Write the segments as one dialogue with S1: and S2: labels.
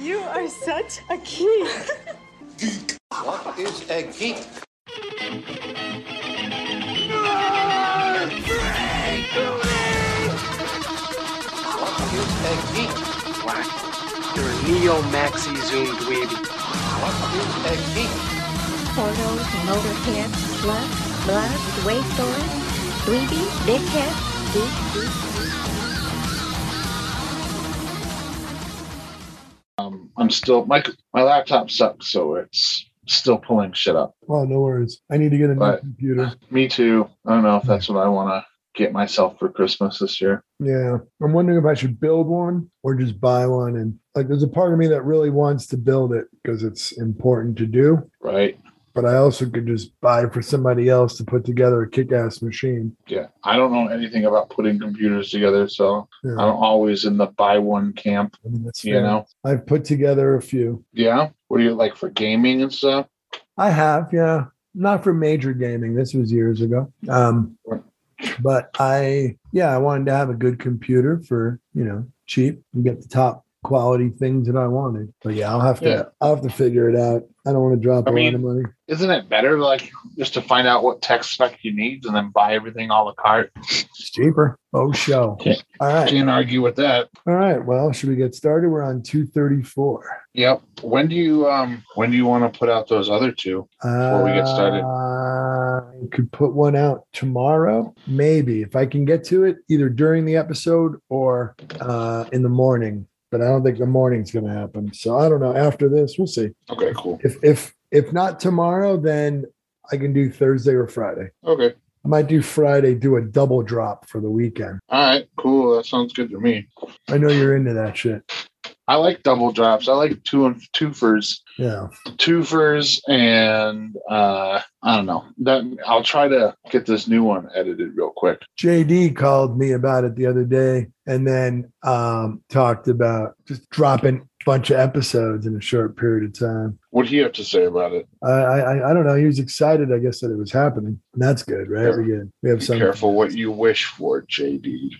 S1: You are such a geek.
S2: What is a geek? What is a geek?
S3: Whack. You're a neo maxi zoom dweeby.
S2: What is a geek?
S4: Portals, motorhead, slut, blood, wasteland, dweeby, dickhead, geek, geek,
S5: Um, I'm still my my laptop sucks, so it's still pulling shit up.
S6: Oh, no worries. I need to get a new
S5: But-
S6: computer.
S5: Me too. I don't know if that's what I want to get myself for Christmas this year.
S6: Yeah. I'm wondering if I should build one or just buy one. And like, there's a part of me that really wants to build it because it's important to do.
S5: Right?
S6: But I also could just buy for somebody else to put together a kick ass machine.
S5: Yeah. I don't know anything about putting computers together, so
S6: Yeah.
S5: I'm always in the buy one camp.
S6: I mean, that's
S5: You
S6: fair.
S5: know?
S6: I've put together a few.
S5: Yeah. What do you like for gaming and stuff?
S6: I have, yeah. Not for major gaming. This was years ago. Um, but I, yeah, I wanted to have a good computer for you know cheap and get the top quality things that I wanted. But yeah, I'll have to,
S5: Yeah.
S6: I'll have to figure it out. I don't want to drop
S5: I
S6: a
S5: mean-
S6: lot of money.
S5: Isn't it better like just to find out what tech spec you need and then buy everything all the cart?
S6: It's cheaper. Oh, show.
S5: Yeah.
S6: All right,
S5: Can't argue with that.
S6: all right. Well, should we get started? We're on two thirty four.
S5: Yep. When do you um when do you want to put out those other two? Before we get started.
S6: I could put one out tomorrow, maybe if I can get to it, either during the episode or uh, in the morning. But I don't think the morning's going to happen. So I don't know. After this, we'll see.
S5: Okay, cool.
S6: If if if not tomorrow, then I can do Thursday or Friday.
S5: Okay.
S6: I might do Friday, do a double drop for the weekend.
S5: All right, cool. That sounds good to me.
S6: I know you're into that shit.
S5: I like double drops. I like two and twofers,
S6: Yeah.
S5: twofers, and uh, I don't know. That I'll try to get this new one edited real quick.
S6: JD called me about it the other day and then um, talked about just dropping a bunch of episodes in a short period of time.
S5: What do you have to say about it?
S6: I, I I don't know. He was excited, I guess, that it was happening. And that's good, right?
S5: Yeah.
S6: We get we have
S5: Be
S6: some.
S5: careful what you wish for, JD.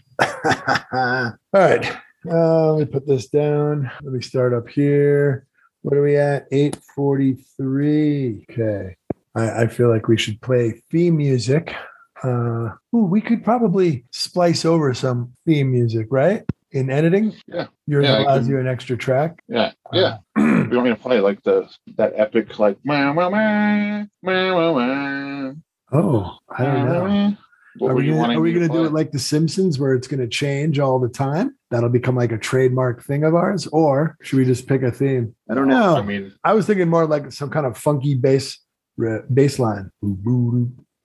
S6: All right. Uh, let me put this down. Let me start up here. What are we at? 843. Okay. I, I feel like we should play theme music. Uh, ooh, we could probably splice over some theme music, right? In editing?
S5: Yeah.
S6: Yours
S5: Yeah, I
S6: allows
S5: can-
S6: you an extra track.
S5: Yeah, yeah. you want me to play like the that epic like? Wah, wah, wah, wah, wah, wah,
S6: Oh, I don't know.
S5: wah. What
S6: Are
S5: were
S6: we,
S5: you
S6: gonna,
S5: wanting
S6: are we
S5: me to
S6: gonna do
S5: play?
S6: it like The Simpsons, where it's gonna change all the time? That'll become like a trademark thing of ours, or should we just pick a theme? I don't know. I,
S5: I mean,
S6: was thinking more like some kind of funky bass ri- bass line. Boo,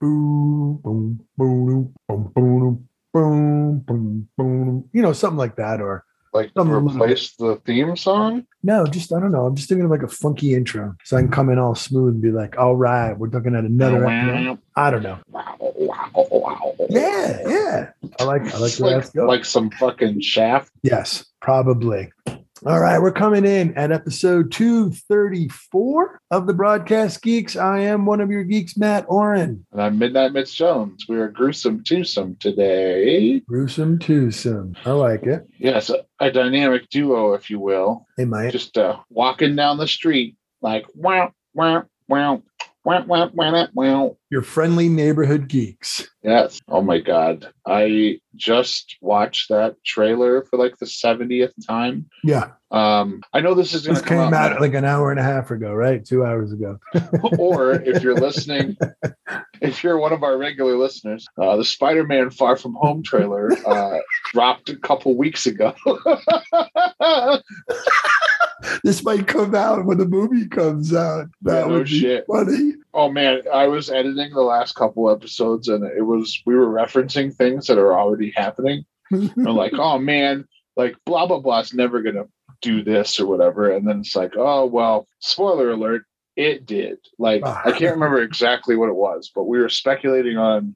S6: boo, doo, boo, boom, boo, doo, boom, boo, doo, boom, boom, boom, doo. You know, something like that, or
S5: like
S6: Some little-
S5: replace the theme song.
S6: no, just I don't know. I'm just thinking of like a funky intro, so I can come in all smooth and be like, "All right, we're looking at another." episode." I don't know.
S5: Wow, wow, wow.
S6: Yeah, yeah. I like I like
S5: It's
S6: the let's
S5: like,
S6: go.
S5: like some fucking shaft.
S6: Yes, probably. All right, we're coming in at episode 234 of the Broadcast Geeks. I am one of your geeks, Matt Oren.
S5: And I'm Midnight Mitch Jones. We are gruesome twosome today.
S6: Gruesome twosome. I like it.
S5: Yes, a, a dynamic duo, if you will.
S6: Hey, Mike.
S5: Just uh, walking down the street like wow, wow, wow, wow, wow, wow, wow.
S6: Your friendly neighborhood geeks.
S5: Yes. Oh my God. I just watched that trailer for like the 70th time.
S6: Yeah,
S5: Um, I know this is going
S6: this
S5: to come
S6: came out
S5: now.
S6: like an hour and a half ago, right? Two hours ago.
S5: or if you're listening, if you're one of our regular listeners, uh, the Spider-Man Far From Home trailer uh, dropped a couple weeks ago.
S6: This might come out when the movie comes out. That
S5: Yeah, no
S6: would be
S5: shit.
S6: funny.
S5: oh man, I was editing the last couple episodes, and it was we were referencing things that are already happening. I'm like, oh man, like blah blah blah is never gonna do this or whatever, and then it's like, oh well, spoiler alert. It did. Like I can't remember exactly what it was, but we were speculating on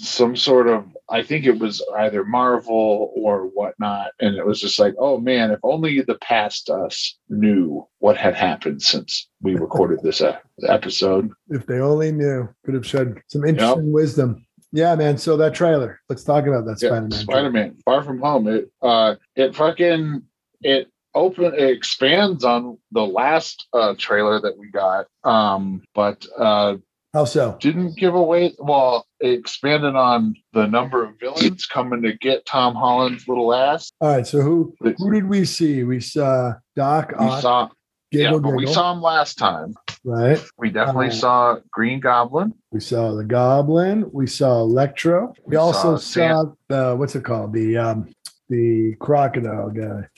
S5: some sort of I think it was either Marvel or whatnot, and it was just like, oh man, if only the past us knew what had happened since we recorded this uh, episode.
S6: If they only knew, could have shed some interesting wisdom. Yeah, man. So that trailer. Let's talk about that
S5: Yeah,
S6: Spider-Man. trailer.
S5: Spider-Man, Far From Home. It uh, it fucking it open it expands on the last uh, trailer that we got, um, but uh,
S6: How so?
S5: didn't give away. Well, it expanded on the number of villains coming to get Tom Holland's little ass.
S6: All right. So who
S5: We
S6: who did we see? We saw Doc Ock,
S5: saw, yeah,
S6: Giggle
S5: but we
S6: Giggle,
S5: saw him last time.
S6: right?
S5: We definitely
S6: Oh.
S5: saw Green Goblin.
S6: We saw the Goblin. We saw Electro. We,
S5: We saw
S6: also saw
S5: Sam-
S6: the what's it called? The um the crocodile guy,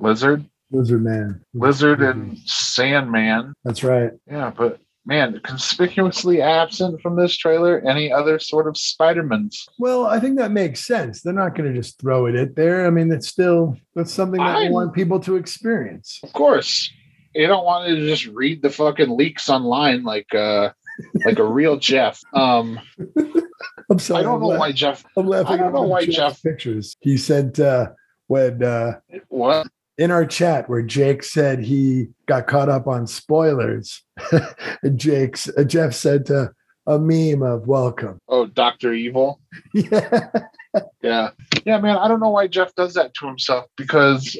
S5: Lizard,
S6: Lizard Man.
S5: Lizard, and Sandman.
S6: that's right.
S5: Yeah, but man, conspicuously absent from this trailer any other sort of Spider-Man's.
S6: Well, I think that makes sense. They're not going to just throw it at there. I mean, it's still that's something that we
S5: I'm-
S6: want people to experience.
S5: Of course, you don't want to just read the fucking leaks online like uh like a real Jeff. Um,
S6: I'm sorry.
S5: I don't know
S6: I'm
S5: why Jeff.
S6: I'm laughing.
S5: I don't
S6: at
S5: know why
S6: Jeff's
S5: Jeff-
S6: pictures. He sent uh, when uh,
S5: What?
S6: in our chat where Jake said he got caught up on spoilers. and Jake's uh, Jeff sent uh, a meme of welcome.
S5: Oh, Doctor Evil.
S6: Yeah,
S5: Yeah, yeah, man. I don't know why Jeff does that to himself because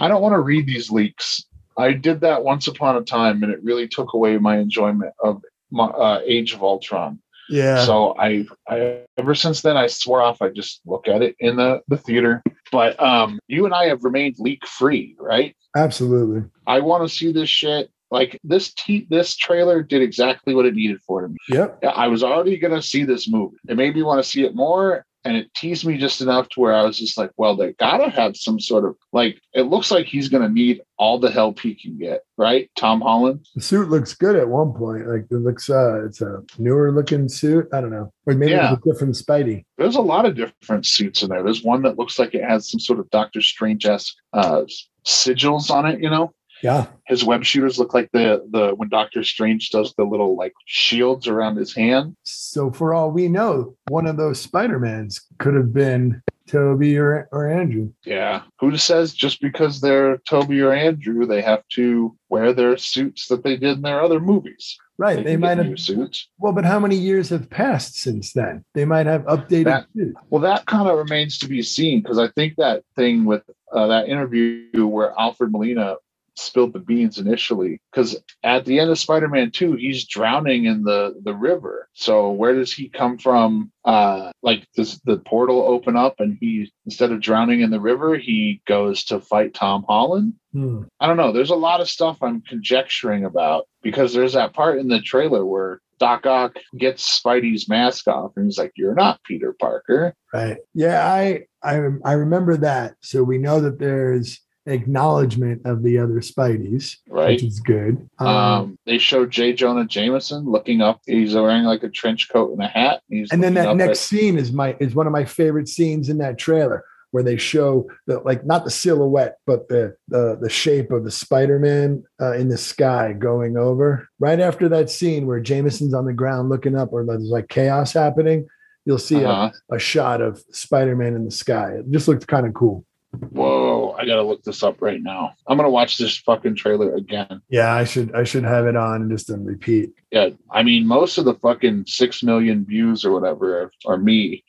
S5: I don't want to read these leaks. I did that once upon a time, and it really took away my enjoyment of my, uh, Age of Ultron.
S6: yeah.
S5: So I, I ever since then I swore off. I just look at it in the the theater. But um, you and I have remained leak free, right?
S6: absolutely.
S5: I want to see this shit. Like this t this trailer did exactly what it needed for me.
S6: Yep.
S5: I was already gonna see this movie. It made me want to see it more, and it teased me just enough to where I was just like, "Well, they gotta have some sort of like." It looks like he's gonna need all the help he can get, right? Tom Holland.
S6: The suit looks good at one point. Like it looks, uh, it's a newer looking suit. I don't know, or maybe
S5: Yeah.
S6: it's a different Spidey.
S5: There's a lot of different suits in there. There's one that looks like it has some sort of Doctor Strange esque uh, sigils on it. You know,
S6: Yeah,
S5: his web shooters look like the the when Doctor Strange does the little like shields around his hand.
S6: So for all we know, one of those Spider-Mans could have been Toby or, or Andrew.
S5: Yeah. Who says just because they're Toby or Andrew, they have to wear their suits that they did in their other movies?
S6: Right. They
S5: can
S6: might
S5: get
S6: have
S5: new suits.
S6: well, but how many years have passed since then? They might have updated
S5: That-
S6: too.
S5: Well, that kind of remains to be seen because I think that thing with uh, that interview where Alfred Molina spilled the beans initially because at the end of spider-man 2 he's drowning in the the river so where does he come from uh like does the portal open up and he instead of drowning in the river he goes to fight tom holland
S6: Hmm.
S5: I don't know. There's a lot of stuff I'm conjecturing about because there's that part in the trailer where Doc Ock gets Spidey's mask off and he's like, You're not Peter Parker.
S6: Right. Yeah, I I I remember that. So we know that there's acknowledgement of the other Spideys,
S5: Right.
S6: which is good. Um,
S5: Um, they show J. Jonah Jameson looking up. He's wearing like a trench coat and a hat. And, he's
S6: and then
S5: looking
S6: that
S5: up
S6: next
S5: at-
S6: scene is my is one of my favorite scenes in that trailer where they show the like not the silhouette but the the, the shape of the spider-man uh, in the sky going over right after that scene where jameson's on the ground looking up or there's like chaos happening you'll see
S5: Uh-huh.
S6: a, a shot of spider-man in the sky it just looked kind of cool
S5: Whoa, I gotta look this up right now. I'm gonna watch this fucking trailer again.
S6: yeah i should i should have it on just on repeat
S5: Yeah, I mean, most of the fucking six million views or whatever are, are me.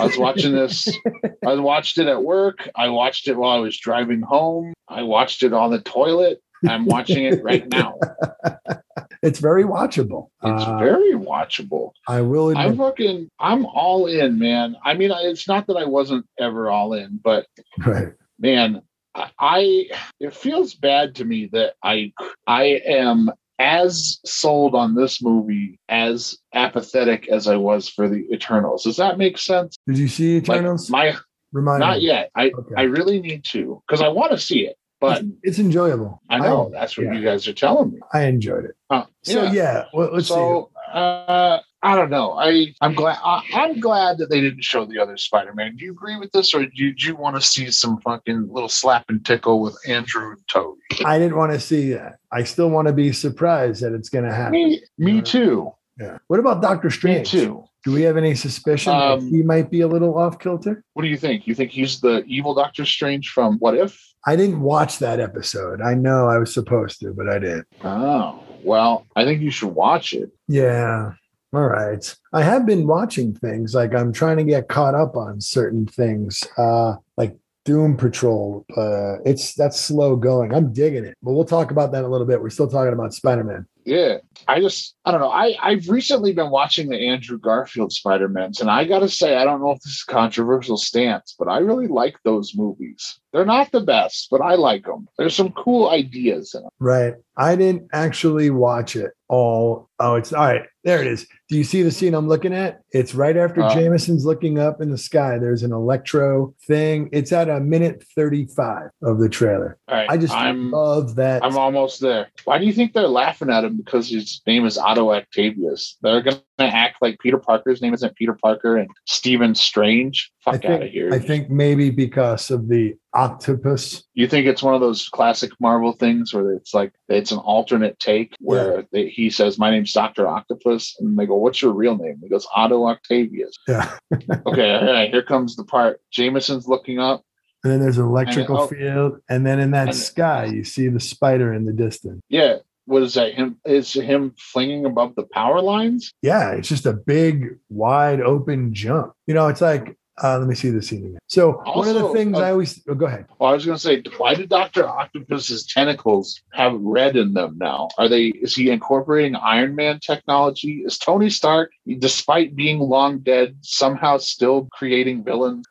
S5: I was watching this. I watched it at work. I watched it while I was driving home. I watched it on the toilet. I'm watching it right now.
S6: it's very watchable
S5: It's
S6: Uh,
S5: very watchable.
S6: i will
S5: I'm
S6: admit,
S5: fucking. I'm all in, man. I mean, I- it's not that I wasn't ever all in, but
S6: right
S5: man I- i it feels bad to me that i i am as sold on this movie as apathetic as i was for the eternals does that make sense
S6: did you see
S5: Like,
S6: eternals
S5: my
S6: remind
S5: not
S6: me.
S5: yet i
S6: Okay.
S5: i really need to because i want to see it but
S6: it's, it's enjoyable
S5: i know that's what
S6: Oh, yeah.
S5: you guys are telling me
S6: I enjoyed it.
S5: Huh.
S6: So yeah, well, let's
S5: so uh I don't know. I I'm glad I, I'm glad that they didn't show the other Spider-Man. Do you agree with this, or did you want to see some fucking little slap and tickle with Andrew and Toby?
S6: see. I didn't want to see that. I still want to be surprised that it's going to happen.
S5: Me,
S6: Yeah.
S5: me too.
S6: Yeah. What about Doctor
S5: Me
S6: Strange?
S5: too.
S6: Do we have any suspicion
S5: Um,
S6: that he might be a little off kilter?
S5: What do you think? You think he's the evil Doctor Strange from What If?
S6: I didn't watch that episode. I know I was supposed to, but I didn't.
S5: Oh, well, I think you should watch it.
S6: Yeah. All right. I have been watching things like I'm trying to get caught up on certain things. Uh like Doom Patrol. Uh, it's that's slow going. I'm digging it, but we'll talk about that in a little bit. We're still talking about Spider Man.
S5: Yeah, I just I don't know. I I've recently been watching the Andrew Garfield Spider Mans, and I gotta say I don't know if this is a controversial stance, but I really like those movies. They're not the best, but I like them. There's some cool ideas in them.
S6: Right. I didn't actually watch it all. Oh, it's all right. There it is. Do you see the scene I'm looking at? It's right after
S5: Uh.
S6: Jameson's looking up in the sky. There's an electro thing. It's at a minute 35 of the trailer.
S5: All right,
S6: I just
S5: I'm
S6: love that.
S5: I'm almost there. Why do you think they're laughing at him because his name is Otto Octavius? They're gonna act like Peter Parker's name isn't Peter Parker and Stephen Strange.
S6: I
S5: Fuck
S6: think-
S5: out of here.
S6: I think maybe because of the octopus.
S5: you think it's one of those classic Marvel things where it's like it's an alternate take where they, he says, "My name's Doctor Octopus," and they go, "What's your real name?" He goes, "Otto Octavius."
S6: Yeah.
S5: okay, all right. Here comes the part. Jameson's looking up.
S6: And then there's an electrical
S5: oh.
S6: field. And then in that
S5: And-
S6: sky, you see the spider in the distance.
S5: Yeah, what is that? Him is him flinging above the power lines?
S6: yeah, it's just a big, wide open jump. You know, it's like, uh, let me see the scene again. So one of the
S5: Also,
S6: things
S5: uh,
S6: I always oh, go ahead.
S5: Well, I was gonna say, why do Doctor Octopus's tentacles have red in them now? Are they? Is he incorporating Iron Man technology? Is Tony Stark, despite being long dead, somehow still creating villains?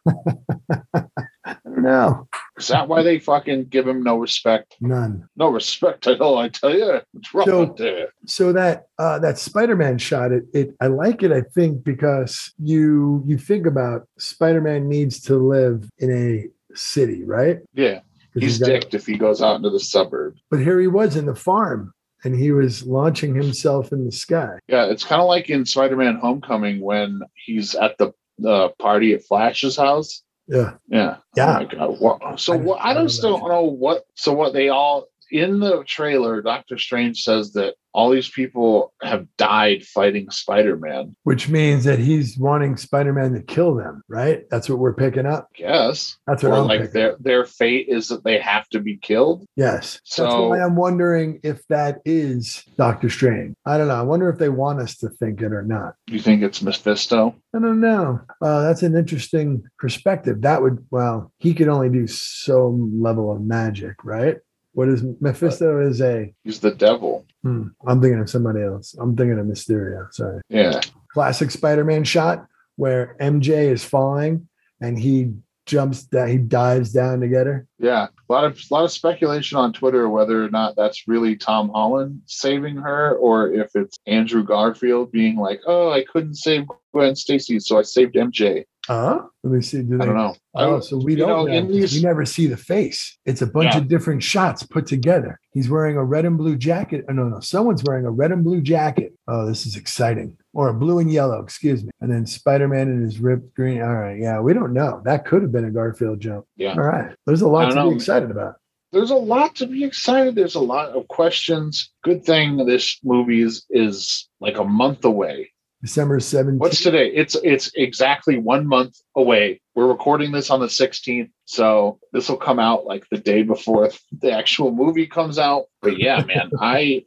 S6: No,
S5: Is that why they fucking give him no respect?
S6: none.
S5: No respect at all, I tell you. What's wrong
S6: So-
S5: with that?
S6: So that uh, that Spider-Man shot, it, it I like it. I think because you you think about Spider-Man needs to live in a city, right?
S5: Yeah,
S6: 'Cause
S5: he's
S6: he's got-
S5: dicked if he goes out into the suburbs.
S6: But here he was in the farm, and he was launching himself in the sky.
S5: Yeah, it's kind of like in Spider-Man: Homecoming when he's at the the party at Flash's house.
S6: Yeah,
S5: Yeah. Oh
S6: Yeah.
S5: my God. What, so
S6: I-
S5: what? I
S6: I
S5: don't
S6: don't
S5: still
S6: know.
S5: know what. So what they all in the trailer? Doctor Strange says that all these people have died fighting Spider-Man.
S6: which means that he's wanting Spider-Man to kill them, right? That's what we're picking up.
S5: I guess.
S6: That's what
S5: Or
S6: I'm
S5: like
S6: picking
S5: their their fate is that they have to be killed.
S6: Yes. That's
S5: So-
S6: why I'm wondering if that is Doctor Strange. I don't know. I wonder if they want us to think it or not.
S5: You think it's Mephisto?
S6: I don't know. Uh, that's an interesting perspective. That would, well, he could only do so level of magic, right? What
S5: Uh,
S6: is Mephisto is a,
S5: He's the devil.
S6: hmm, I'm thinking of somebody else. I'm thinking of Mysterio. Sorry.
S5: Yeah.
S6: Classic Spider Man shot where MJ is falling and he jumps that he dives down to get her.
S5: Yeah. A lot of a lot of speculation on Twitter whether or not that's really Tom Holland saving her or if it's Andrew Garfield being like, Oh, I couldn't save Gwen Stacy, so I saved MJ.
S6: Huh? Let me see.
S5: Uh-huh. I
S6: Do they
S5: don't know.
S6: Oh, so we
S5: you
S6: don't
S5: know,
S6: know.
S5: in
S6: 'cause
S5: these-
S6: we never see the face. It's a bunch
S5: Yeah.
S6: of different shots put together. He's wearing a red and blue jacket. Oh, no, no. Someone's wearing a red and blue jacket. Oh, this is exciting. Or a blue and yellow, excuse me. And then Spider Man in his ripped green. All right. Yeah, we don't know. That could have been a Garfield jump.
S5: Yeah.
S6: All right. There's a
S5: I
S6: lot
S5: don't
S6: to be
S5: know.
S6: excited about.
S5: there's a lot to be excited. There's a lot of questions. Good thing this movie is, is like a month away.
S6: December 17th.
S5: What's today? It's it's exactly one month away. We're recording this on the 16th, so this will come out like the day before the actual movie comes out. But yeah, man, I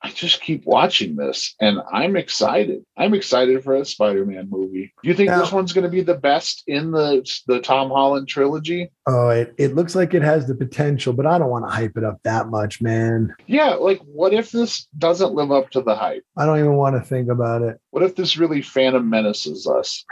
S5: I just keep watching this, and I'm excited. I'm excited for a Spider-Man movie. Do you think
S6: Now-
S5: this one's going to be the best in the the Tom Holland trilogy?
S6: oh, it, it looks like it has the potential, but I don't want to hype it up that much, man.
S5: Yeah, like what if this doesn't live up to the hype?
S6: I don't even want to think about it.
S5: What if this really phantom menaces us?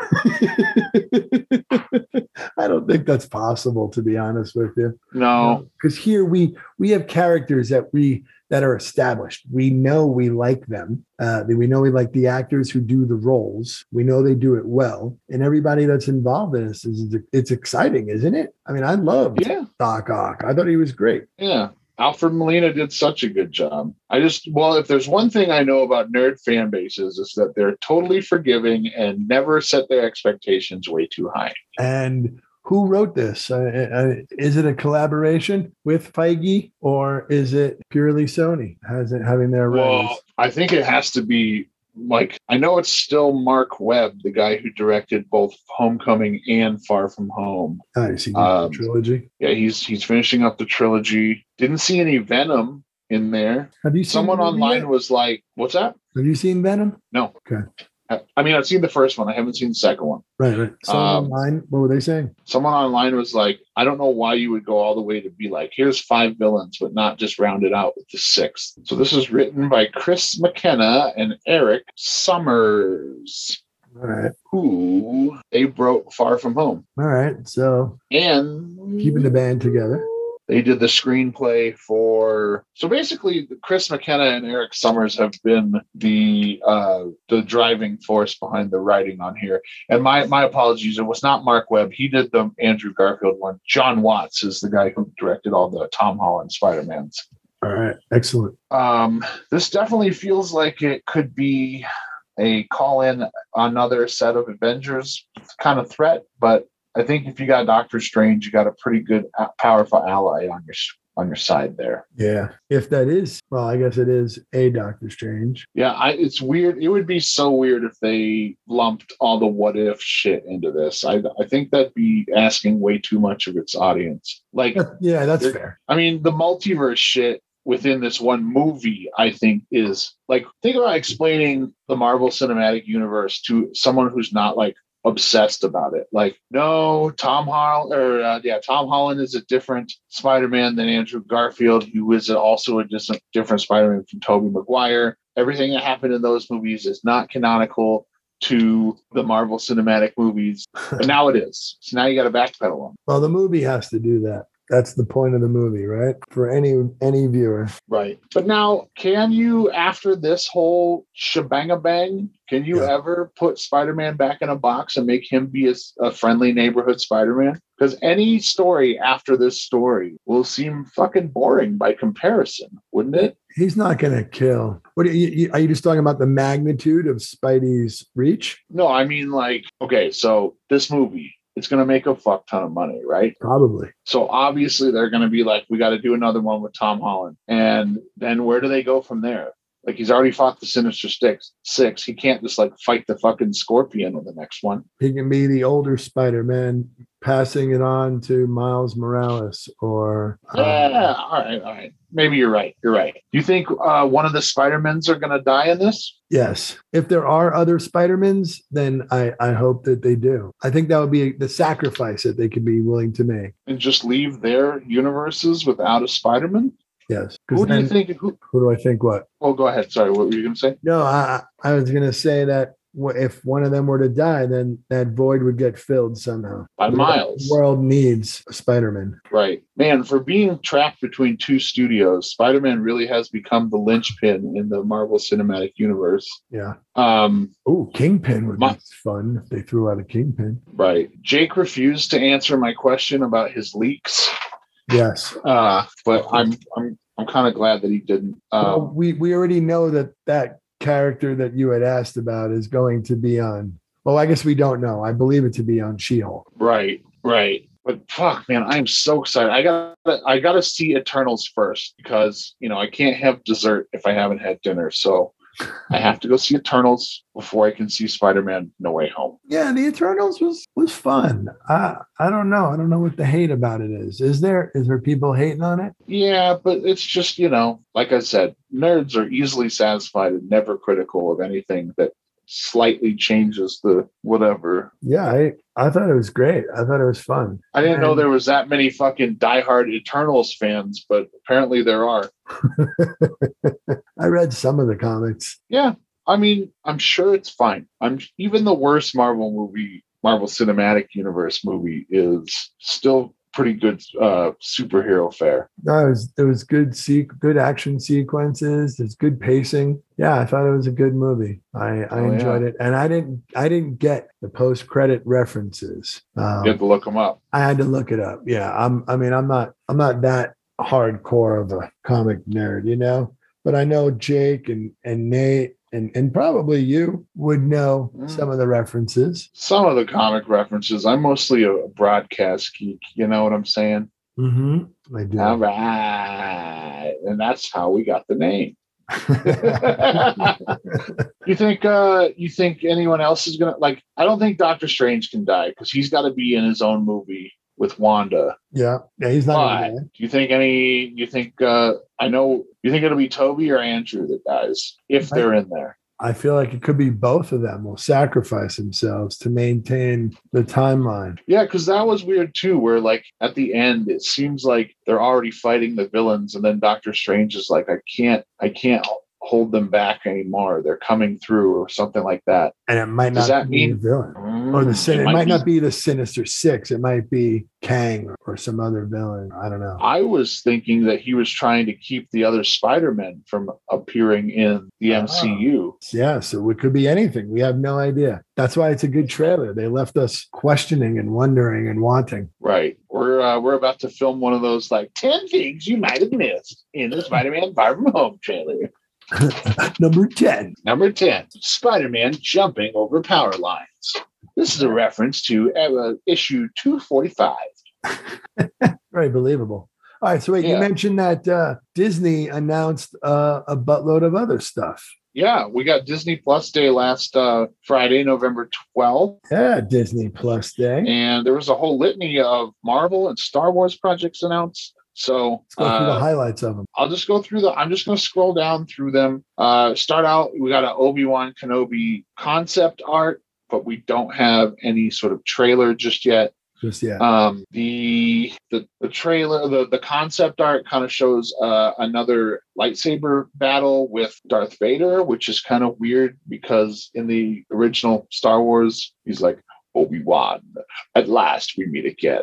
S6: I don't think that's possible, to be honest with you.
S5: No.
S6: because here we we have characters that we that are established we know we like them uh, that we know we like the actors who do the roles we know they do it well and everybody that's involved in this is it's exciting isn't it i mean i loved
S5: Yeah.
S6: doc ock i thought he was great
S5: Yeah. Alfred Molina did such a good job. I just, well, if there's one thing I know about nerd fan bases is that they're totally forgiving and never set their expectations way too high.
S6: and who wrote this uh, uh, is it a collaboration with feige or is it purely sony has it having their
S5: Well,
S6: roles
S5: I think it has to be like, I know it's still Mark Webb, the guy who directed both Homecoming and Far From Home.
S6: oh, you see the
S5: um,
S6: trilogy
S5: Yeah, he's he's finishing up the trilogy. Didn't see any Venom in there.
S6: have you seen
S5: Someone
S6: the movie
S5: online
S6: yet?
S5: was like, "What's that?"
S6: have you seen venom
S5: No.
S6: Okay.
S5: I mean, I've seen the first one. I haven't seen the second one.
S6: Right, right. So
S5: Um,
S6: online, what were they saying?
S5: Someone online was like, I don't know why you would go all the way to be like, here's five villains, but not just round it out with the sixth. So this is written by Chris McKenna and Eric Summers,
S6: All right,
S5: who they wrote Far From Home.
S6: all right. So
S5: And
S6: keeping the band together.
S5: They did the screenplay for so basically Chris McKenna and Eric Summers have been the uh the driving force behind the writing on here. And my my apologies, it was not Mark Webb. He did the Andrew Garfield one. John Watts is the guy who directed all the Tom Holland Spider-Mans
S6: All right, excellent.
S5: um, this definitely feels like it could be a call in another set of Avengers kind of threat, but I think if you got Doctor Strange, you got a pretty good, uh, powerful ally on your s- on your side there.
S6: Yeah, if that is, well, I guess it is a Doctor Strange.
S5: Yeah, I, it's weird. It would be so weird if they lumped all the what if shit into this. I I think that'd be asking way too much of its audience. Like
S6: That- Yeah, that's
S5: They're-
S6: fair.
S5: I mean, the multiverse shit within this one movie, I think, is like think about explaining the Marvel Cinematic Universe to someone who's not like obsessed about it. Like, no, Tom Holland, or uh, yeah, Tom Holland is a different Spider-Man than Andrew Garfield, who is also a dis- different Spider-Man from Tobey Maguire. Everything that happened in those movies is not canonical to the Marvel Cinematic movies, but now it is. So now you got to backpedal them.
S6: Well, the movie has to do that. That's the point of the movie, right? For any any viewer.
S5: Right. But now, can you, after this whole shebangabang, can you
S6: Yeah.
S5: ever put Spider Man back in a box and make him be a, s- a friendly neighborhood Spider Man? Because any story after this story will seem fucking boring by comparison, wouldn't it?
S6: He's not going to kill. What are you, you- are you just talking about? The magnitude of Spidey's reach?
S5: No, I mean, like, okay, so this movie, it's going to make a fuck ton of money, right?
S6: Probably.
S5: So obviously they're going to be like, we got to do another one with Tom Holland, and then where do they go from there? Like he's already fought the Sinister Six. Six. He can't just like fight the fucking Scorpion with the next one.
S6: He can be the older Spider-Man, passing it on to Miles Morales, or um,
S5: Yeah. All right. All right. Maybe you're right. You're right. Do you think uh, one of the Spider Mens are going to die in this?
S6: yes, if there are other Spider-Mans, then I I hope that they do. I think that would be the sacrifice that they could be willing to make.
S5: And just leave their universes without a Spider Man?
S6: Yes,
S5: Who
S6: because
S5: do you
S6: then
S5: think? Who?
S6: who do I think? What?
S5: Oh, go ahead. Sorry. What were you going to say?
S6: No, I I I was gonna say that wh- if one of them were to die, then that void would get filled somehow.
S5: By
S6: The
S5: Miles.
S6: world needs Spider Man.
S5: Right. Man, for being trapped between two studios, Spider Man really has become the linchpin in the Marvel Cinematic Universe.
S6: Yeah.
S5: Um,
S6: Oh, Kingpin would
S5: My-
S6: be fun if they threw out a Kingpin.
S5: right. Jake refused to answer my question about his leaks,
S6: Yes.
S5: uh, but I'm I'm I'm kind of glad that he didn't.
S6: Well,
S5: Um,
S6: we we already know that that character that you had asked about is going to be on. Well, I guess we don't know. I believe it to be on She-Hulk.
S5: right. Right. But fuck, man, I'm so excited. I got to I got to see Eternals first because you know I can't have dessert if I haven't had dinner. So I have to go see Eternals before I can see Spider Man No Way Home.
S6: Yeah, the Eternals was was fun. I I don't know. I don't know what the hate about it is. Is there is there people hating on it?
S5: Yeah, but it's just, you know, like I said, nerds are easily satisfied and never critical of anything that slightly changes the whatever.
S6: Yeah, I I thought it was great. I thought it was fun.
S5: I didn't know
S6: And-
S5: there was that many fucking diehard Eternals fans, but apparently there are.
S6: I read some of the comics.
S5: Yeah. I mean, I'm sure it's fine. I'm even the worst Marvel movie, Marvel Cinematic Universe movie is still pretty good uh superhero fare.
S6: No, it was there was good sequ- good action sequences. There's good pacing. Yeah, I thought it was a good movie. I, I
S5: Oh, yeah.
S6: enjoyed it, and I didn't I didn't get the post credit references. Um,
S5: You have to look them up.
S6: I had to look it up. Yeah, I'm. I mean, I'm not. I'm not that hardcore of a comic nerd, you know. But I know Jake and and Nate and and probably you would know
S5: Mm.
S6: some of the references.
S5: Some of the comic references. I'm mostly a broadcast geek, you know what I'm saying?
S6: Mm-hmm. I do.
S5: All right. And that's how we got the name. you think uh you think anyone else is gonna like I don't think Doctor Strange can die because he's gotta be in his own movie with Wanda.
S6: yeah, yeah. He's not. gonna
S5: But
S6: do
S5: do
S6: that.
S5: you think any you think uh I know you think it'll be Toby or Andrew that dies if they're in there?
S6: I feel like it could be both of them will sacrifice themselves to maintain the timeline.
S5: Yeah, because that was weird too, where like at the end it seems like they're already fighting the villains, and then Doctor Strange is like, I can't I can't hold them back anymore. They're coming through or something like that.
S6: And it might
S5: Does
S6: not
S5: that
S6: be the
S5: mean-
S6: villain. Or the sin- Oh, it, might,
S5: be-
S6: not be the Sinister Six. It might be Kang or some other villain. I don't know.
S5: I was thinking that he was trying to keep the other Spider-Men from appearing in the
S6: Ah.
S5: MCU.
S6: Yeah, so it could be anything. We have no idea. That's why it's a good trailer. They left us questioning and wondering and wanting.
S5: Right. We're uh, we're about to film one of those like ten things you might have missed in the Spider-Man Far From Home trailer.
S6: Number 10.
S5: Number ten: Spider-Man jumping over power lines. This is a reference to uh, issue two forty-five.
S6: Very believable. All right, so wait, you
S5: Yeah.
S6: mentioned that uh, Disney announced uh, a buttload of other stuff.
S5: Yeah, we got Disney Plus Day last uh, Friday, November twelfth,
S6: Yeah, Disney Plus Day.
S5: and there was a whole litany of Marvel and Star Wars projects announced. So
S6: Let's go through
S5: uh,
S6: the highlights of them.
S5: I'll just go through the. I'm just going to scroll down through them. Uh, start out. We got an Obi Wan Kenobi concept art, but we don't have any sort of trailer just yet.
S6: Just yeah.
S5: Um, the the the trailer, the the concept art kind of shows uh, another lightsaber battle with Darth Vader, which is kind of weird because in the original Star Wars, he's like Obi Wan. At last, we meet again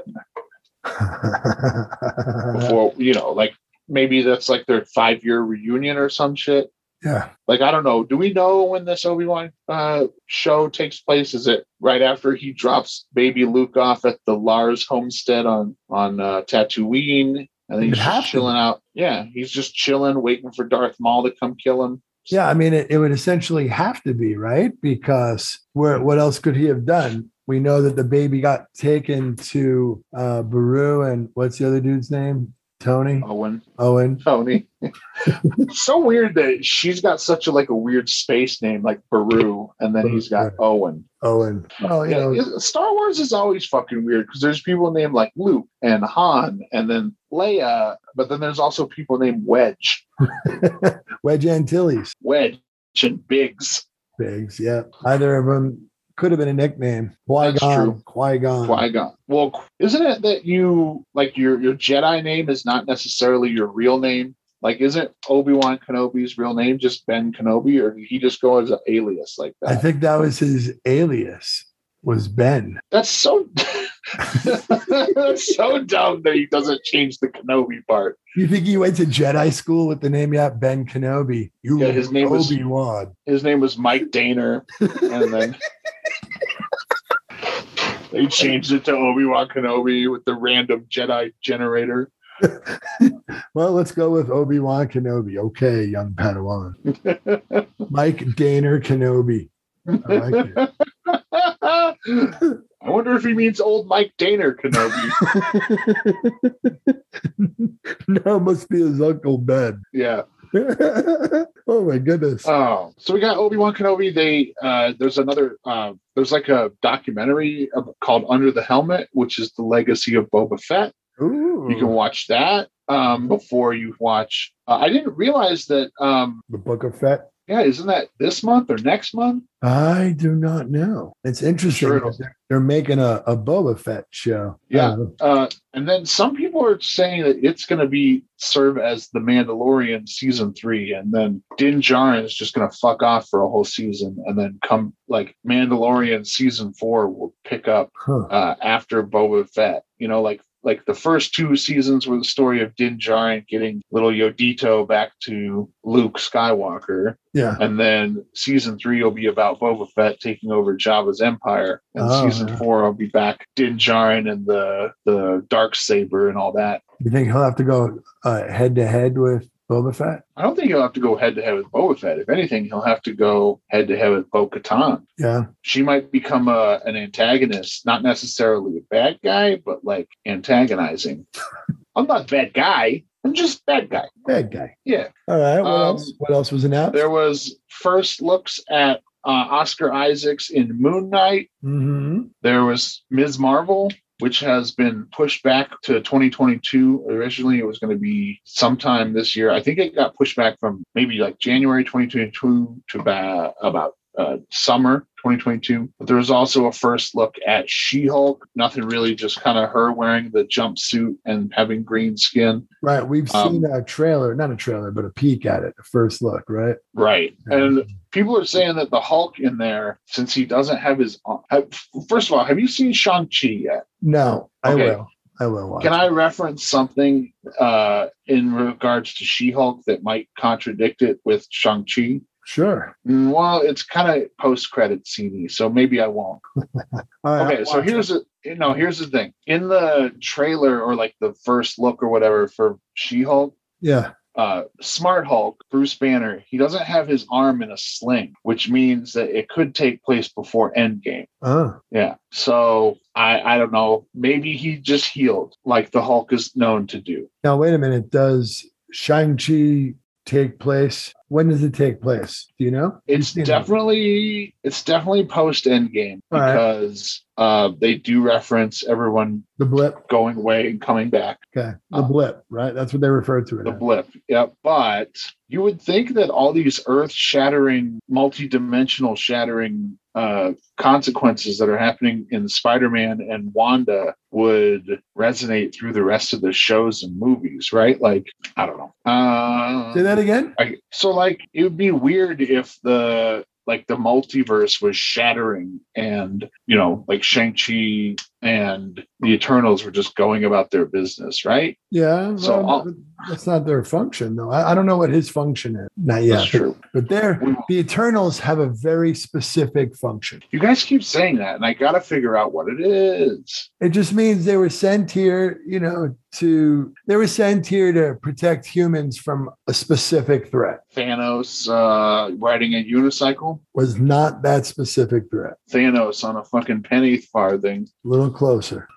S6: Uh-huh.
S5: before you know like maybe that's like their five year reunion or some shit
S6: yeah.
S5: like i don't know do we know when this obi-wan uh show takes place is it right after he drops baby luke off at the lars homestead on on uh tatooine and then
S6: It
S5: he's
S6: happened.
S5: just chilling out yeah he's just chilling waiting for darth maul to come kill him
S6: Yeah, I mean, it, it would essentially have to be, right? Because where what else could he have done? We know that the baby got taken to uh, Baru and what's the other dude's name? Tony?
S5: owen
S6: Owen?
S5: tony oh, so weird that she's got such a like a weird space name like baru and then he's got owen
S6: Owen. Oh, you
S5: Yeah,
S6: know,
S5: it- Star Wars is always fucking weird because there's people named like Luke and Han and then Leia, but then there's also people named Wedge,
S6: Wedge Antilles.
S5: Wedge and Biggs,
S6: Biggs, yeah. Either of them could have been a nickname. Qui
S5: That's
S6: Gon.
S5: true.
S6: Qui Gon.
S5: Qui Gon. Well, isn't it that you like your your Jedi name is not necessarily your real name? Like, isn't Obi Wan Kenobi's real name just Ben Kenobi, or did he just go as an alias like that?
S6: I think that was his alias. Was Ben?
S5: That's so. That's so dumb that he doesn't change the Kenobi part.
S6: You think he went to Jedi school with the name? Yeah, Ben Kenobi. You
S5: Yeah, his name was-
S6: Obi Wan.
S5: his name was Mike Daner, and then they changed it to Obi Wan Kenobi with the random Jedi generator.
S6: Well, let's go with Obi Wan Kenobi. Okay, young Padawan. Mike Daner Kenobi. I like it.
S5: I wonder if he means old Mike Daner Kenobi.
S6: no, it must be his uncle Ben.
S5: yeah.
S6: oh my goodness.
S5: Oh, so we got Obi Wan Kenobi. They uh, there's another uh, there's like a documentary of- called Under the Helmet, which is the legacy of Boba Fett.
S6: Ooh.
S5: You can watch that um, before you watch. Uh, I didn't realize that um,
S6: the Book of Fett.
S5: Yeah, isn't that this month or next month?
S6: I do not know. It's interesting.
S5: Sure it'll-
S6: that they're, they're making a, a Boba Fett show.
S5: Yeah.
S6: Oh,
S5: Uh, and then some people are saying that it's going to be serve as the Mandalorian season three, and then Din Djarin is just going to fuck off for a whole season, and then come like Mandalorian season four will pick up
S6: huh.
S5: uh, after Boba Fett. You know, like like the first two seasons were the story of Din Djarin getting little Yodito back to Luke Skywalker,
S6: Yeah.
S5: And then season three will be about Boba Fett taking over Java's empire, and
S6: Oh,
S5: season
S6: yeah.
S5: four I'll be back Din Djarin and the the dark saber and all that.
S6: You think he'll have to go uh, head to head with Boba Fett?
S5: I don't think he'll have to go head to head with Boba Fett. If anything, he'll have to go head to head with Bo Katan.
S6: Yeah.
S5: She might become a, an antagonist, not necessarily a bad guy, but like antagonizing. I'm not a bad guy. I'm just a bad guy.
S6: Bad guy.
S5: Yeah.
S6: All right. What
S5: Um,
S6: else? What else was announced?
S5: There was first looks at uh, Oscar Isaacs in Moon Knight.
S6: Mm-hmm.
S5: There was Ms. Marvel, which has been pushed back to 2022. Originally, it was going to be sometime this year. I think it got pushed back from maybe like January 2022 to about, about uh, summer 2022. But there was also a first look at She Hulk. Nothing really, just kind of her wearing the jumpsuit and having green skin.
S6: Right. We've
S5: Um,
S6: seen a trailer, not a trailer, but a peek at it, a first look, right?
S5: Right. And people are saying that the Hulk in there, since he doesn't have his. uh, Have, first of all, have you seen Shang-Chi yet?
S6: No, I
S5: Okay.
S6: will. I will watch.
S5: Can
S6: it.
S5: I reference something uh, in regards to She Hulk that might contradict it with Shang-Chi?
S6: Sure.
S5: Mm, Well, it's kind of post-credit scene so maybe I won't.
S6: All right,
S5: Okay,
S6: I'll
S5: so
S6: watch it.
S5: here's a you know, here's the thing. In the trailer or like the first look or whatever for She-Hulk,
S6: yeah.
S5: uh, Smart Hulk, Bruce Banner, he doesn't have his arm in a sling, which means that it could take place before Endgame.
S6: Oh,
S5: Yeah. So I I don't know. Maybe he just healed like the Hulk is known to do.
S6: now wait a minute. Does Shang Chi take place? When does it take place? Do you know?
S5: It's
S6: You've seen it.
S5: definitely it's definitely post Endgame
S6: All right.
S5: because uh, they do reference everyone
S6: the blip.
S5: going away and coming back.
S6: Okay, the
S5: Uh,
S6: blip. Right. That's what they refer to it.
S5: The
S6: as.
S5: blip. Yep. But you would think that all these earth shattering, multi dimensional shattering uh, consequences that are happening in Spider Man and Wanda would resonate through the rest of the shows and movies, right? Like, I don't know. Uh,
S6: Say that again.
S5: I, so like it would be weird if the like the multiverse was shattering and you know like Shang-Chi and the Eternals were just going about their business, right?
S6: Yeah.
S5: So
S6: well,
S5: I'll-
S6: that's not their function, though. I, I don't know what his function is. Not yet.
S5: That's true.
S6: But there,
S5: We-
S6: the Eternals have a very specific function.
S5: You guys keep saying that and I got to figure out what it is.
S6: It just means they were sent here, you know, to they were sent here to protect humans from a specific threat.
S5: Thanos uh riding a unicycle,
S6: Was not that specific threat.
S5: Thanos on a fucking penny farthing.
S6: A little closer.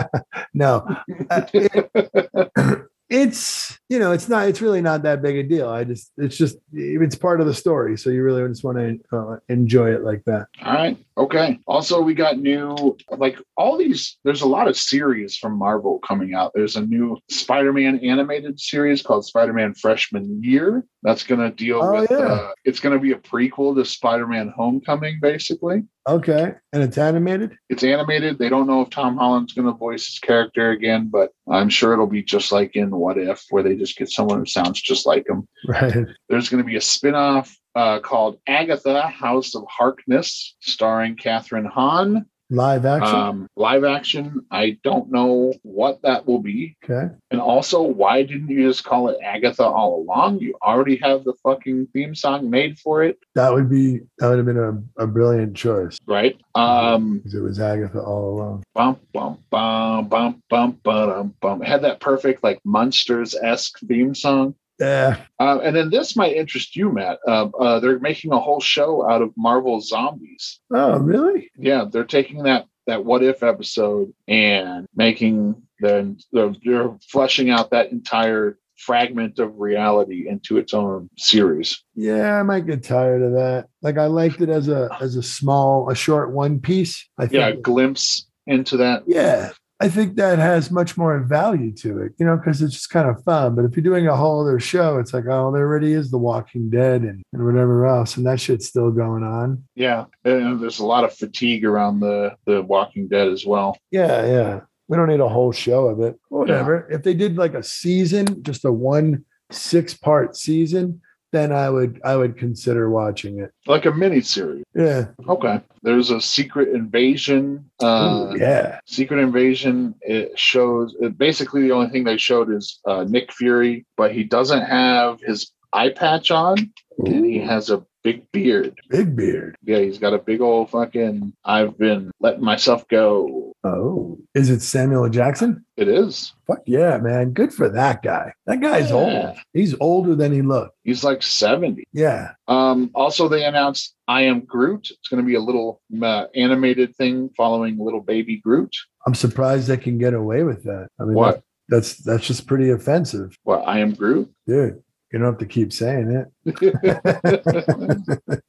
S6: no, Uh, it- it's you know, it's not. It's really not that big a deal. I just, it's just, it's part of the story. So you really just want to uh, enjoy it like that.
S5: All right. Okay. Also, we got new, like all these, there's a lot of series from Marvel coming out. There's a new Spider Man animated series called Spider Man Freshman Year. That's going to deal
S6: Oh,
S5: with,
S6: yeah.
S5: uh, it's going to be a prequel to Spider Man Homecoming, basically.
S6: Okay, and it's animated.
S5: It's animated. They don't know if Tom Holland's going to voice his character again, but I'm sure it'll be just like in What If, where they just get someone who sounds just like him.
S6: Right.
S5: There's going to be a spin-off uh, called Agatha House of Harkness, starring Catherine Hahn.
S6: Live action.
S5: Um, live action. I don't know what that will be.
S6: okay.
S5: And also, why didn't you just call it Agatha all along? You already have the fucking theme song made for it,
S6: That would be that would have been a, a brilliant choice.
S5: right? Um,
S6: 'Cause it was Agatha all along.
S5: bum, bum, bum, bum, bum, bum, bum. It had that perfect, like, Munsters esque theme song.
S6: Yeah.
S5: Uh, and then this might interest you, Matt. Uh, uh, they're making a whole show out of Marvel zombies.
S6: Oh, really?
S5: yeah, they're taking that that what if episode and making the the they're fleshing out that entire fragment of reality into its own series.
S6: Yeah, I might get tired of that. Like I liked it as a as a small, a short one piece. I think
S5: Yeah, a glimpse into that.
S6: yeah. I think that has much more value to it, you know, because it's just kind of fun. But if you're doing a whole other show, it's like, oh, there already is The Walking Dead and, and whatever else, and that shit's still going on.
S5: Yeah, and there's a lot of fatigue around the the Walking Dead as well.
S6: Yeah, yeah. We don't need a whole show of it. Whatever. If they did like a season, just a one six part season, then I would I would consider watching it.
S5: Like a mini series.
S6: Yeah.
S5: Okay, there's a secret invasion. Uh,
S6: Ooh, yeah.
S5: Secret Invasion it shows it basically the only thing they showed is uh, Nick Fury, but he doesn't have his eye patch on. and he has a big beard.
S6: Big beard.
S5: Yeah, he's got a big old fucking. I've been letting myself go.
S6: Oh. Is it Samuel L. Jackson?
S5: It is.
S6: Fuck yeah, man. Good for that guy. That guy's
S5: Yeah.
S6: old. He's older than he looked.
S5: He's like seventy.
S6: Yeah.
S5: Um, also, they announced I am Groot. It's going to be a little uh, animated thing following little baby Groot.
S6: I'm surprised they can get away with that. I mean
S5: What?
S6: that- that's that's just pretty offensive.
S5: What I am Groot.
S6: Dude, you don't have to keep saying it.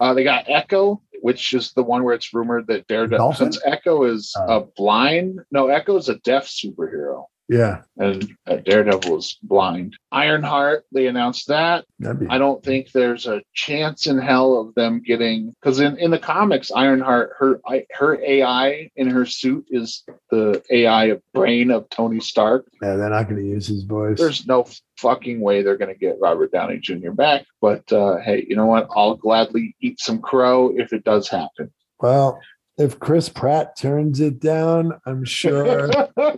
S5: uh, they got Echo, which is the one where it's rumored that Daredevil,
S6: Dolphin?
S5: since Echo is
S6: Oh.
S5: a blind, no, Echo is a deaf superhero,
S6: Yeah,
S5: and uh, Daredevil is blind. Ironheart, they announced that.
S6: that'd be.
S5: I don't think there's a chance in hell of them getting because in, in the comics, Ironheart her I- her AI in her suit is the AI of brain of Tony Stark.
S6: yeah, they're not going to use his voice.
S5: There's no fucking way they're going to get Robert Downey Jr. back. But uh, hey, you know what? I'll gladly eat some crow if it does happen.
S6: Well, if Chris Pratt turns it down, I'm sure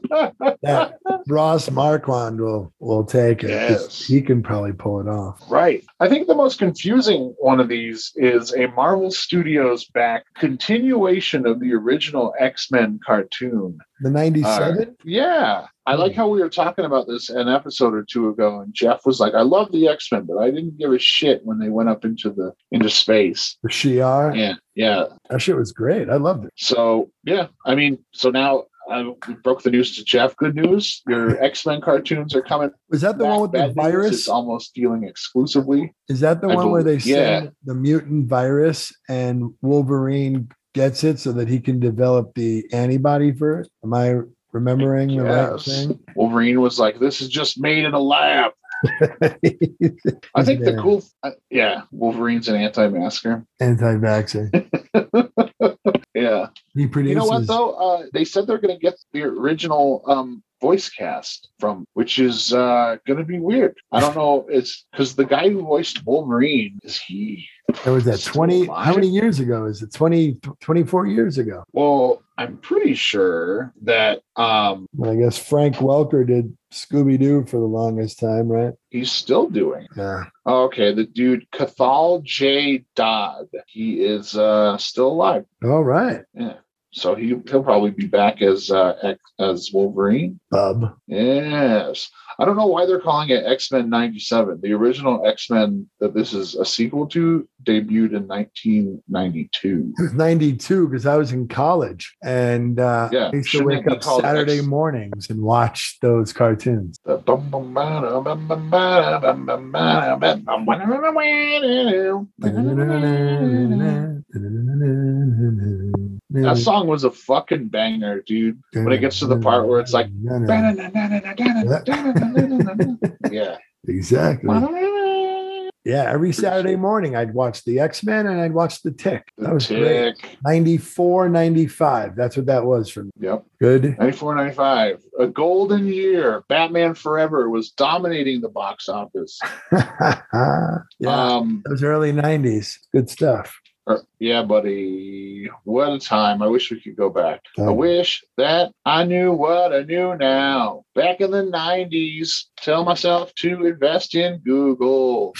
S6: that Ross Marquand will will take it. 'cause
S5: Yes.
S6: He can probably pull it off.
S5: Right. I think the most confusing one of these is a Marvel Studios back continuation of the original X Men cartoon.
S6: The 97?
S5: Yeah. I
S6: Hmm.
S5: like how we were talking about this an episode or two ago, and Jeff was like, I love the X Men, but I didn't give a shit when they went up into the into space.
S6: The Shiar?
S5: Yeah. Yeah.
S6: That shit was great. I loved it.
S5: So yeah, I mean, so now I we broke the news to Jeff. Good news. Your X-Men cartoons are coming.
S6: Was that the
S5: back.
S6: one with the
S5: Bad news,
S6: virus?
S5: It's almost dealing exclusively.
S6: Is that the
S5: I
S6: one where they
S5: believe-
S6: send the mutant virus and Wolverine gets it so that he can develop the antibody for it? Am I remembering the right
S5: Yes.
S6: thing?
S5: Wolverine was like, This is just made in a lab. I think the
S6: Yeah.
S5: cool uh, yeah, Wolverine's an anti-masker.
S6: Anti-vaxxer.
S5: Yeah.
S6: He produces.
S5: You know what though? Uh, they said they're going to get the original um, voice cast from, which is uh, going to be weird. I don't know. It's because the guy who voiced Wolverine is he.
S6: That was that
S5: Still
S6: 20 how
S5: alive?
S6: many years ago is it 20 24 years ago
S5: Well, I'm pretty sure that um,
S6: well, i guess frank welker did scooby-doo for the longest time right
S5: he's still doing. Oh,
S6: yeah
S5: Okay, the dude Cathal J. Dodd. He is uh, still alive.
S6: all right
S5: Yeah. So he he'll probably be back as uh, X- as Wolverine.
S6: bub
S5: Yes. I don't know why they're calling it X Men 97. The original X Men that this is a sequel to debuted in 1992.
S6: it was 92 because i was in college and uh
S5: Yeah,
S6: i used to
S5: shouldn't
S6: wake
S5: it be
S6: up
S5: called
S6: saturday
S5: X-
S6: mornings and watch those cartoons
S5: The bum bum ba da bum bum ba da bum bum ba da bum bum wa da da da wa da da. That
S6: that
S5: song was a fucking banger, dude. when it gets to the part where it's like- Yeah.
S6: exactly Yeah, every Saturday morning I'd watch the X Men and I'd watch the Tick. That
S5: The
S6: was great.
S5: tick.
S6: 94, 95. That's what that was for me.
S5: Yep.
S6: Good.
S5: 94 95 a golden year batman forever was dominating the box office
S6: yeah,
S5: um
S6: those early 90s. Good stuff.
S5: er, yeah buddy what a time i wish we could go back i
S6: Um,
S5: wish that i knew what i knew now back in the 90s tell myself to invest in google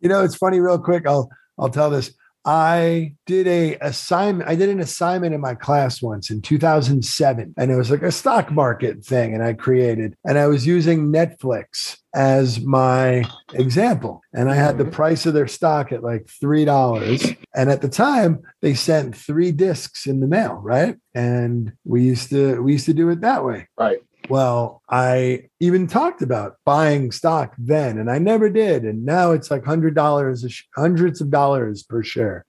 S6: you know, it's funny, real quick. I'll I'll tell this. I did a assignment. I did an assignment in my class once in 2007, and it was like a stock market thing. And I created, and I was using Netflix as my example. And I had the price of their stock at like three dollars. And at the time, they sent three discs in the mail, right? And we used to we used to do it that way.
S5: right
S6: Well, I even talked about buying stock then, and I never did. And now it's like hundred dollars, a sh- hundreds of dollars per share.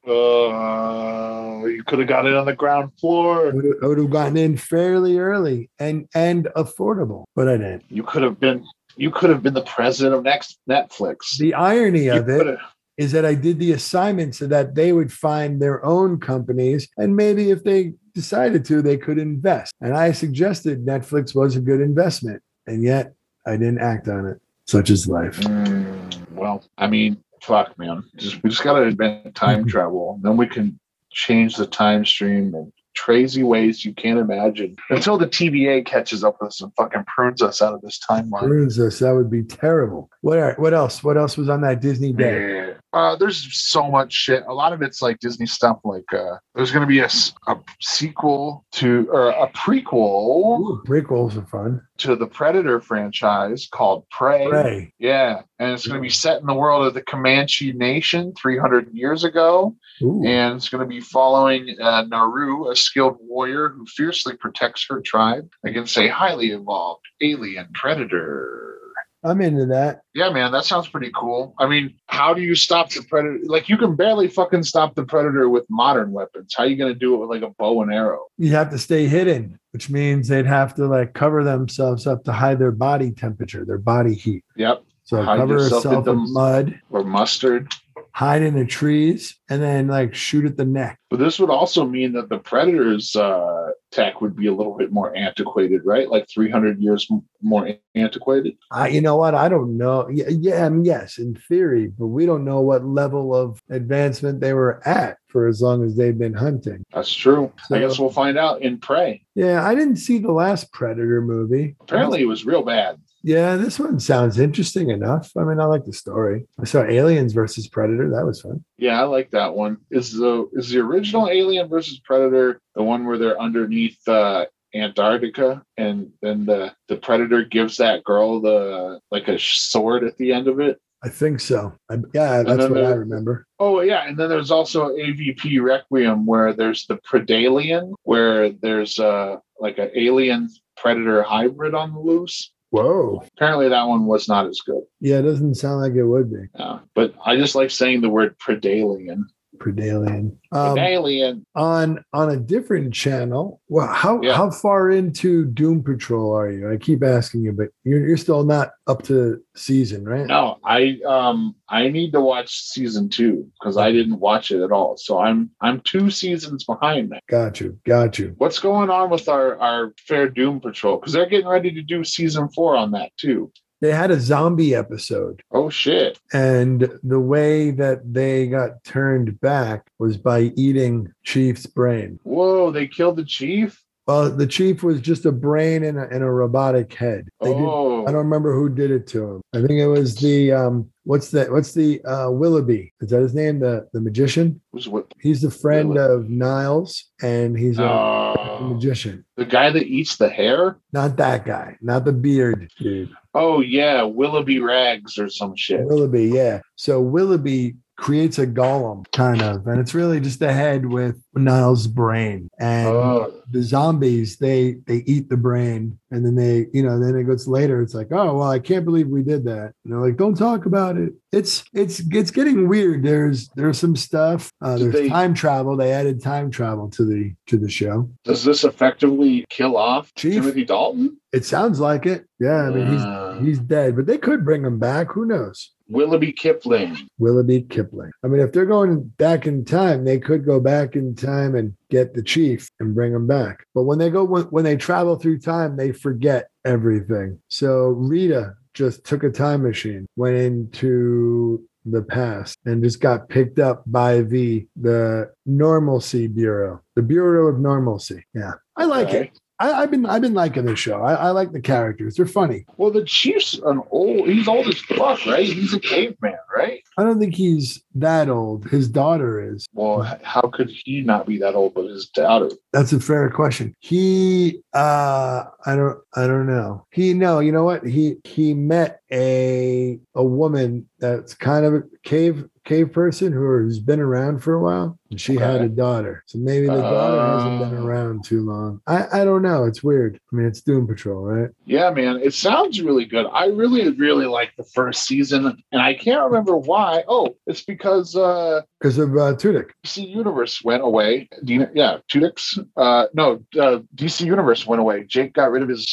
S5: uh you could have got it on the ground
S6: I
S5: floor
S6: would- I would have gotten in fairly early and and affordable, but I didn't.
S5: you could have been you could have been the president of next netflix
S6: The irony
S5: You
S6: of it
S5: coulda-
S6: is that I did the assignment so that they would find their own companies, and maybe if they decided to, they could invest. And I suggested Netflix was a good investment, and yet I didn't act on it. Such is life.
S5: Mm, well, I mean, fuck, man. Just we just gotta invent time travel. Then we can change the time stream in crazy ways you can't imagine. Until the TBA catches up with us and fucking prunes us out of this timeline.
S6: ruins us. That would be terrible. What are, what else? What else was on that Disney day?
S5: Yeah. Uh, there's so much shit. A lot of it's like Disney stuff. Like, uh, there's going to be a, s- a sequel to, or a prequel
S6: Ooh, prequels are fun.
S5: to the Predator franchise called
S6: Prey.
S5: Yeah, and it's going to be set in the world of the Comanche Nation 300 years ago,
S6: Ooh.
S5: and it's going to be following uh, Naru, a skilled warrior who fiercely protects her tribe against a highly evolved alien predator.
S6: I'm into that.
S5: Yeah, man, that sounds pretty cool. I mean, how do you stop the predator? Like, you can barely fucking stop the predator with modern weapons. How you going to do it with like a bow and arrow?
S6: You'd have to stay hidden, which means they'd have to like cover themselves up to hide their body temperature, their body heat.
S5: Yep.
S6: So
S5: Hide
S6: cover
S5: yourself
S6: yourself
S5: in
S6: in
S5: the-
S6: mud,
S5: Or mustard.
S6: hide in the trees, and then like shoot at the neck.
S5: But this would also mean that the predator's uh, tech would be a little bit more antiquated, right? Like 300 years m- more a- antiquated.
S6: I, you know what? I don't know. Yeah, yeah, I mean, yes, in theory, but we don't know what level of advancement they were at for as long as they've been hunting.
S5: That's true. I guess
S6: So-
S5: we'll find out in Prey.
S6: Yeah, I didn't see the last Predator movie.
S5: Apparently, it was real bad.
S6: Yeah, this one sounds interesting enough. I mean, I like the story. I saw Aliens versus Predator. That was fun.
S5: Yeah, I like that one. Is the is the original Alien versus Predator the one where they're underneath uh, Antarctica and then the the predator gives that girl the like a sh- sword at the end of it?
S6: I think so. I, yeah,
S5: And
S6: that's
S5: then
S6: what I
S5: there-
S6: remember.
S5: Oh yeah, and then there's also AVP Requiem where there's the Predalien where there's uh like an alien predator hybrid on the loose.
S6: Whoa.
S5: Apparently that one was not as good.
S6: Yeah, it doesn't sound like it would be.
S5: Uh, but I just like saying the word Predalien.
S6: Predalien. Um,
S5: Predalien.
S6: on on a different channel. Well, how
S5: Yeah.
S6: how far into Doom Patrol are you? I keep asking you, but you're you're still not up to season, right?
S5: No, I um I need to watch season two because I didn't watch it at all. So I'm I'm two seasons behind now.
S6: Got you, got you.
S5: What's going on with our our Fair Doom Patrol? Because they're getting ready to do season four on that too.
S6: They had a zombie episode,
S5: Oh shit!
S6: and the way that they got turned back was by eating Chief's brain.
S5: Whoa! They killed the chief.
S6: Well, the chief was just a brain and a, and a robotic head. They did
S5: oh,
S6: I don't remember who did it to him. I think it was the um what's that what's the uh Willoughby. Is that his name? The the magician?
S5: was what?
S6: He's the friend of Niles and he's a
S5: Oh,
S6: magician.
S5: the guy that eats the hair.
S6: Not that guy, not the beard dude.
S5: Oh yeah, Willoughby Rags or some shit.
S6: Willoughby, yeah. So Willoughby creates a golem kind of, and it's really just a head with Niles' brain. And
S5: Oh,
S6: the zombies they they eat the brain and then they you know then it goes later it's like oh well i can't believe we did that and they're like don't talk about it it's it's it's getting weird there's there's some stuff uh,
S5: Did
S6: there's
S5: they-
S6: time travel they added time travel to the to the show
S5: does this effectively kill off
S6: Chief?
S5: Timothy Dalton?
S6: it sounds like it yeah i mean he's
S5: Uh,
S6: he's dead but they could bring him back who knows
S5: Willoughby Kipling.
S6: willoughby kipling i mean if they're going back in time they could go back in time and get the chief and bring him back but when they go when, when they travel through time they forget everything so rita just took a time machine went into the past and just got picked up by the the normalcy bureau the bureau of normalcy yeah i like
S5: Okay.
S6: it I, I've been I've been liking this show. I, I like the characters. They're funny.
S5: Well, the chief's an old. He's old as fuck, right? He's a caveman, right?
S6: I don't think he's that old. His daughter is.
S5: Well, h- how could he not be that old? But his daughter.
S6: That's a fair question. He uh I don't I don't know. He no, you know what? He he met a a woman that's kind of a cave cave person who has been around for a while and she had
S5: Okay.
S6: a daughter. So maybe the daughter hasn't been
S5: Oh.
S6: around too long. I I don't know. It's weird. I mean, it's Doom Patrol, right?
S5: Yeah, man. It sounds really good. I really, really like the first season, and I can't remember why. Oh, it's because uh
S6: Cuz of uh, Tudyk.
S5: DC Universe went away. D- yeah, Tudix. Uh, no, uh, DC Universe went away. Jake got rid of his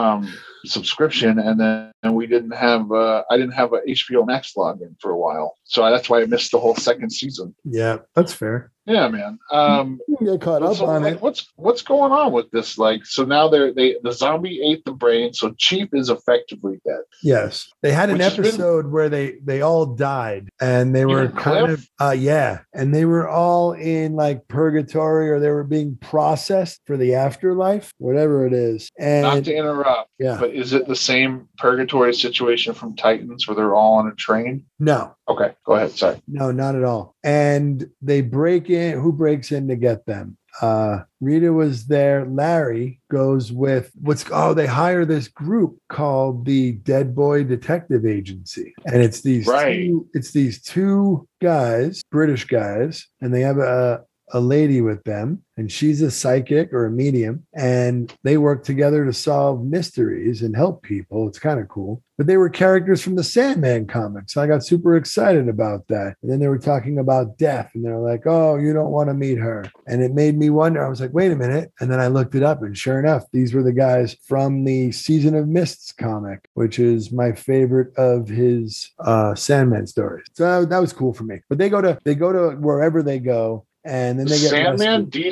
S5: um subscription and then and we didn't have uh i didn't have a hbo max login for a while so that's why i missed the whole second season
S6: Yeah, that's fair.
S5: yeah man um
S6: You can get caught up
S5: So,
S6: on
S5: like,
S6: it.
S5: What's what's going on with this? Like, so now they're they the zombie ate the brain, so Chief is effectively dead.
S6: Yes, they had an
S5: Which has been-
S6: episode where they they all died, and they were
S5: Even
S6: kind
S5: Cliff?
S6: of uh, yeah, and they were all in like purgatory, or they were being processed for the afterlife, whatever it is.
S5: Not
S6: And
S5: to interrupt,
S6: yeah,
S5: but is it the same purgatory situation from Titans where they're all on a train?
S6: no,
S5: Okay, go ahead. Sorry.
S6: no, not at all. And they break in. Who breaks in to get them? Uh, Rita was there. Larry goes with what's oh they hire this group called the Dead Boy Detective Agency, and it's these
S5: Right.
S6: two, it's these two guys, British guys, and they have a a lady with them, and she's a psychic or a medium, and they work together to solve mysteries and help people. It's kind of cool. But they were characters from the Sandman comics. I got super excited about that. And then they were talking about death, and they're like, oh, you don't want to meet her. And it made me wonder. I was like, wait a minute. And then I looked it up, and sure enough, these were the guys from the Season of Mists comic, which is my favorite of his uh, Sandman stories. So that was cool for me. But they go to they go to wherever they go, and then they get
S5: Sandman
S6: rescued.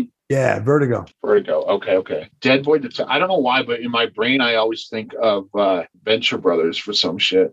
S5: DC
S6: Yeah, Vertigo.
S5: Vertigo. Okay, okay. Dead Boy Det- I don't know why, but in my brain, I always think of uh, Venture Brothers for some shit.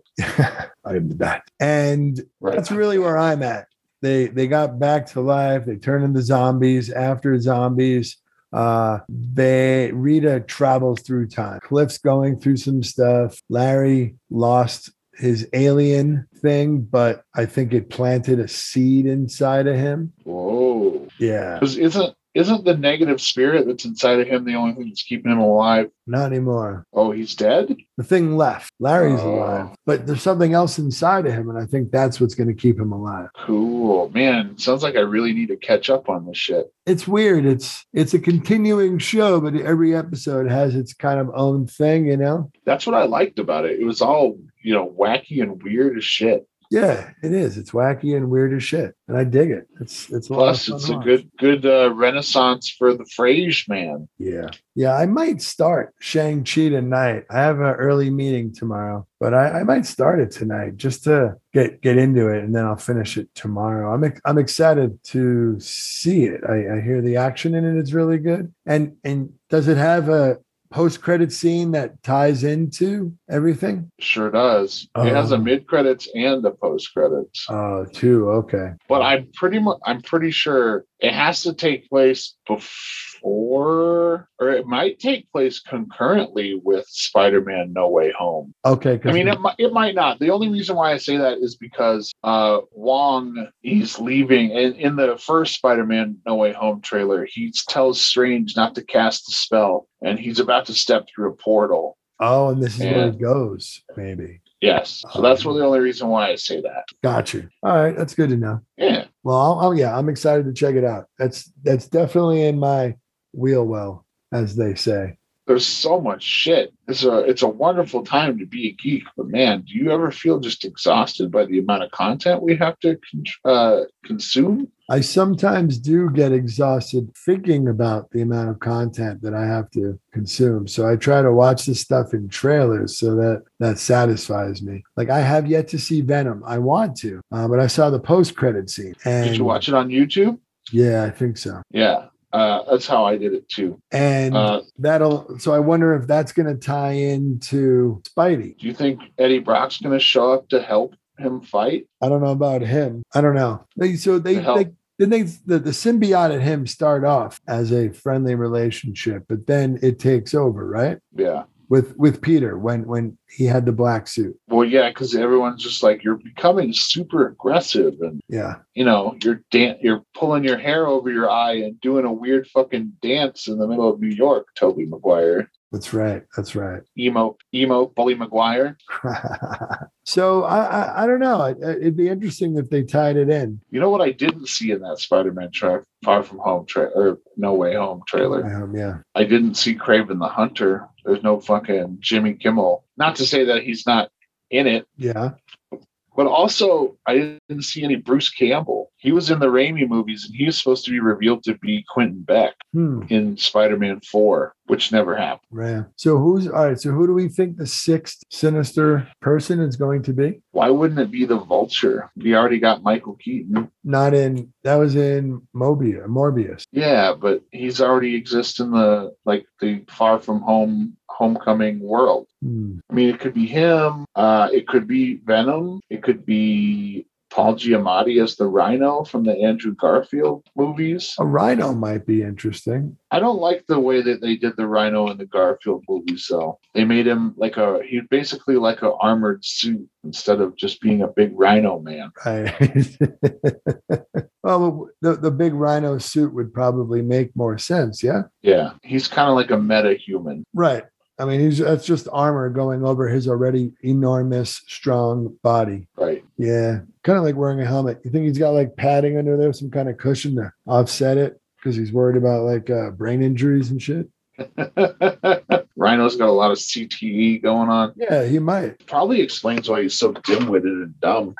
S6: I'm the bat. And
S5: Right.
S6: that's really where I'm at. They they got back to life. They turn into zombies. After zombies, uh, they Rita travels through time. Cliff's going through some stuff. Larry lost his alien thing, but I think it planted a seed inside of him.
S5: Whoa.
S6: Yeah,
S5: 'Cause isn't isn't the negative spirit that's inside of him the only thing that's keeping him alive?
S6: not anymore.
S5: Oh, he's dead.
S6: The thing left. Larry's
S5: Oh.
S6: alive, but there's something else inside of him, and I think that's what's going to keep him alive.
S5: Cool, man. Sounds like I really need to catch up on this shit.
S6: it's weird. It's it's a continuing show, but every episode has its kind of own thing, you know?
S5: That's what I liked about it. It was all you know, wacky and weird as shit.
S6: Yeah, it is. It's wacky and weird as shit. And I dig it. It's it's a lot of
S5: Plus,
S6: fun
S5: it's
S6: to
S5: a
S6: watch.
S5: good good uh, renaissance for the phrase man.
S6: Yeah. Yeah. I might start Shang-Chi tonight. I have an early meeting tomorrow, but I, I might start it tonight just to get get into it and then I'll finish it tomorrow. I'm ex- I'm excited to see it. I, I hear the action in it is really good. And and does it have a post-credit scene that ties into everything?
S5: Sure does. it has a
S6: Oh.
S5: mid credits and a post credits.
S6: Oh, two. Okay.
S5: but I'm pretty much I'm pretty sure it has to take place before or it might take place concurrently with Spider-Man No Way Home.
S6: Okay. 'cause
S5: I mean it might it might not. The only reason why I say that is because uh Wong he's leaving in, in the first Spider-Man No Way Home trailer, he tells Strange not to cast the spell and he's about to step through a portal.
S6: oh, and this is where
S5: Yeah.
S6: it goes, maybe.
S5: Yes. So that's really the only reason why I say that.
S6: Got you. All right. That's good to know.
S5: Yeah.
S6: Well, I'll, I'll- yeah, I'm excited to check it out. That's that's definitely in my wheel well, as they say.
S5: there's so much shit. It's a it's a wonderful time to be a geek, but man, do you ever feel just exhausted by the amount of content we have to con- uh, consume?
S6: I sometimes do get exhausted thinking about the amount of content that I have to consume. So I try to watch this stuff in trailers so that that satisfies me. Like I have yet to see Venom. I want to, uh, but I saw the post credit scene. And
S5: Did you watch it on YouTube?
S6: Yeah, I think so.
S5: Yeah, uh, that's how I did it too.
S6: And
S5: Uh,
S6: that'll so i wonder if that's going to tie into spidey
S5: do you think Eddie Brock's going to show up to help him fight?
S6: i don't know about him i don't know they so they,
S5: The hell?
S6: they then they the, the symbiote and him start off as a friendly relationship but then it takes over right
S5: Yeah.
S6: with with peter when when he had the black suit
S5: Well, yeah, because everyone's just like you're becoming super aggressive, and
S6: yeah
S5: you know you're dan- you're pulling your hair over your eye and doing a weird fucking dance in the middle of New York, Toby Maguire.
S6: that's right that's right
S5: emo emo bully mcguire
S6: so I, I i don't know it, it'd be interesting if they tied it in
S5: you know what i didn't see in that spider-man tra- far from home tra- or no way home trailer
S6: um, yeah
S5: i didn't see craven the hunter there's no fucking jimmy kimmel not to say that he's not in it
S6: yeah
S5: but also i didn't see any bruce campbell he was in the raimi movies and he was supposed to be revealed to be quentin beck
S6: hmm
S5: in spider-man 4 which never happened
S6: right so who's all right so who do we think the sixth sinister person is going to be
S5: why wouldn't it be the vulture we already got michael keaton
S6: not in that was in Mobius, Morbius.
S5: Yeah, but he's already exists in the like the far from home homecoming world.
S6: Hmm.
S5: I mean, it could be him. Uh, it could be Venom. It could be Paul Giamatti as the Rhino from the Andrew Garfield movies.
S6: A rhino might be interesting.
S5: I don't like the way that they did the Rhino in the Garfield movies. Though they made him like a he basically like a armored suit instead of just being a big Rhino man.
S6: I, well, the, the big rhino suit would probably make more sense. Yeah.
S5: Yeah, he's kind of like a meta human.
S6: Right. I mean, he's, that's just armor going over his already enormous, strong body.
S5: Right.
S6: Yeah. kind of like wearing a helmet. You think he's got like padding under there, some kind of cushion to offset it because he's worried about like uh, brain injuries and shit?
S5: Rhino's got a lot of CTE going on.
S6: Yeah, he might.
S5: Probably explains why he's so dim-witted and dumb.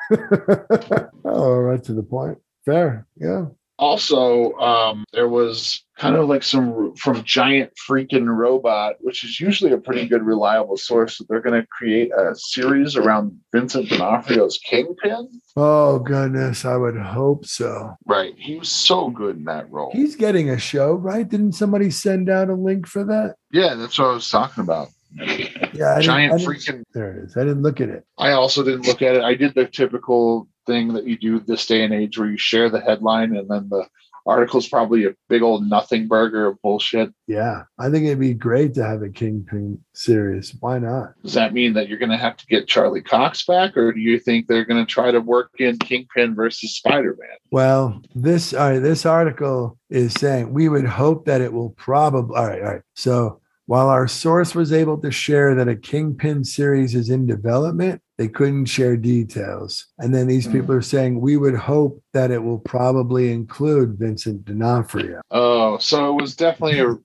S6: oh, right to the point. Fair. Yeah.
S5: also um there was kind of like some from giant freaking robot which is usually a pretty good reliable source that they're going to create a series around vincent d'onofrio's kingpin
S6: Oh, goodness. I would hope so.
S5: right he was so good in that role
S6: He's getting a show, right? Didn't somebody send out a link for that?
S5: yeah that's what i was talking about
S6: Yeah. I didn't-
S5: giant
S6: I didn't-
S5: freaking
S6: There it is. I didn't look at it.
S5: i also didn't look at it i did the typical thing that you do this day and age where you share the headline and then the article's probably a big old nothing burger of bullshit
S6: Yeah. I think it'd be great to have a Kingpin series. Why not?
S5: Does that mean that you're going to have to get Charlie Cox back, or do you think they're going to try to work in Kingpin versus Spider Man?
S6: Well, this all right, this article is saying we would hope that it will probably all right, all right. So while our source was able to share that a Kingpin series is in development, they couldn't share details. And then these
S5: Hmm.
S6: people are saying we would hope that it will probably include Vincent D'Onofrio.
S5: Oh, so it was definitely a.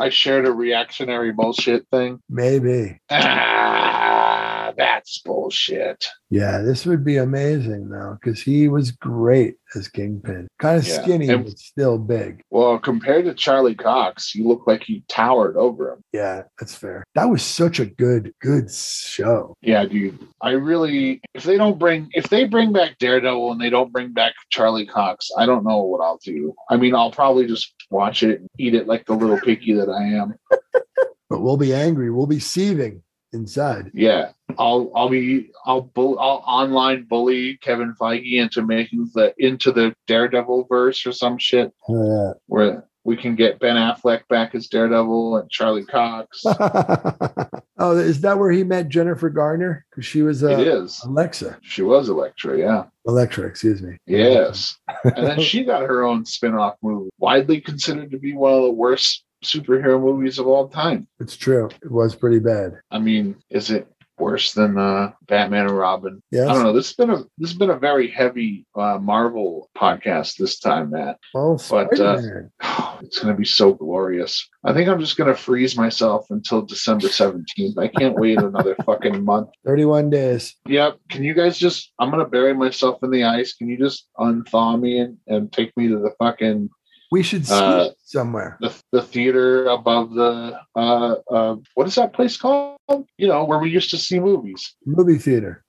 S5: I shared a reactionary bullshit thing.
S6: Maybe.
S5: Ah, that's bullshit.
S6: Yeah, this would be amazing though, because he was great as Kingpin. Kind of
S5: Yeah,
S6: skinny,
S5: and-
S6: but still big.
S5: Well, compared to Charlie Cox, you look like you towered over him.
S6: Yeah, that's fair. That was such a good, good show.
S5: Yeah, dude. I really, if they don't bring, if they bring back Daredevil and they don't bring back Charlie Cox, I don't know what I'll do. I mean, I'll probably just watch it and eat it like the little piggy that I am.
S6: but we'll be angry. We'll be seething inside.
S5: Yeah, I'll I'll be I'll bull, I'll online bully Kevin Feige into making the into the Daredevil verse or some shit Oh,
S6: Uh,
S5: where we can get Ben Affleck back as Daredevil and Charlie Cox.
S6: oh, is that where he met Jennifer Garner? Because she was
S5: it
S6: uh,
S5: is.
S6: Alexa,
S5: She was Elektra, yeah.
S6: Electra, excuse me.
S5: Yes. and then she got her own spin-off movie, widely considered to be one of the worst superhero movies of all time.
S6: It's true. It was pretty bad.
S5: I mean, is it worse than uh, Batman and Robin? I don't
S6: Yes.
S5: know. This has been a this has been a very heavy uh, Marvel podcast this time, Matt.
S6: Well,
S5: But, uh,
S6: Spider-Man.
S5: it's going to be so glorious. I think I'm just going to freeze myself until December 17th. I can't wait another fucking month.
S6: 31 days.
S5: Yep. Can you guys just, I'm going to bury myself in the ice. Can you just unthaw me and, and take me to the fucking,
S6: We should see
S5: Uh,
S6: it somewhere.
S5: the, the theater above the, uh, uh, what is that place called? You know, where we used to see movies.
S6: Movie theater.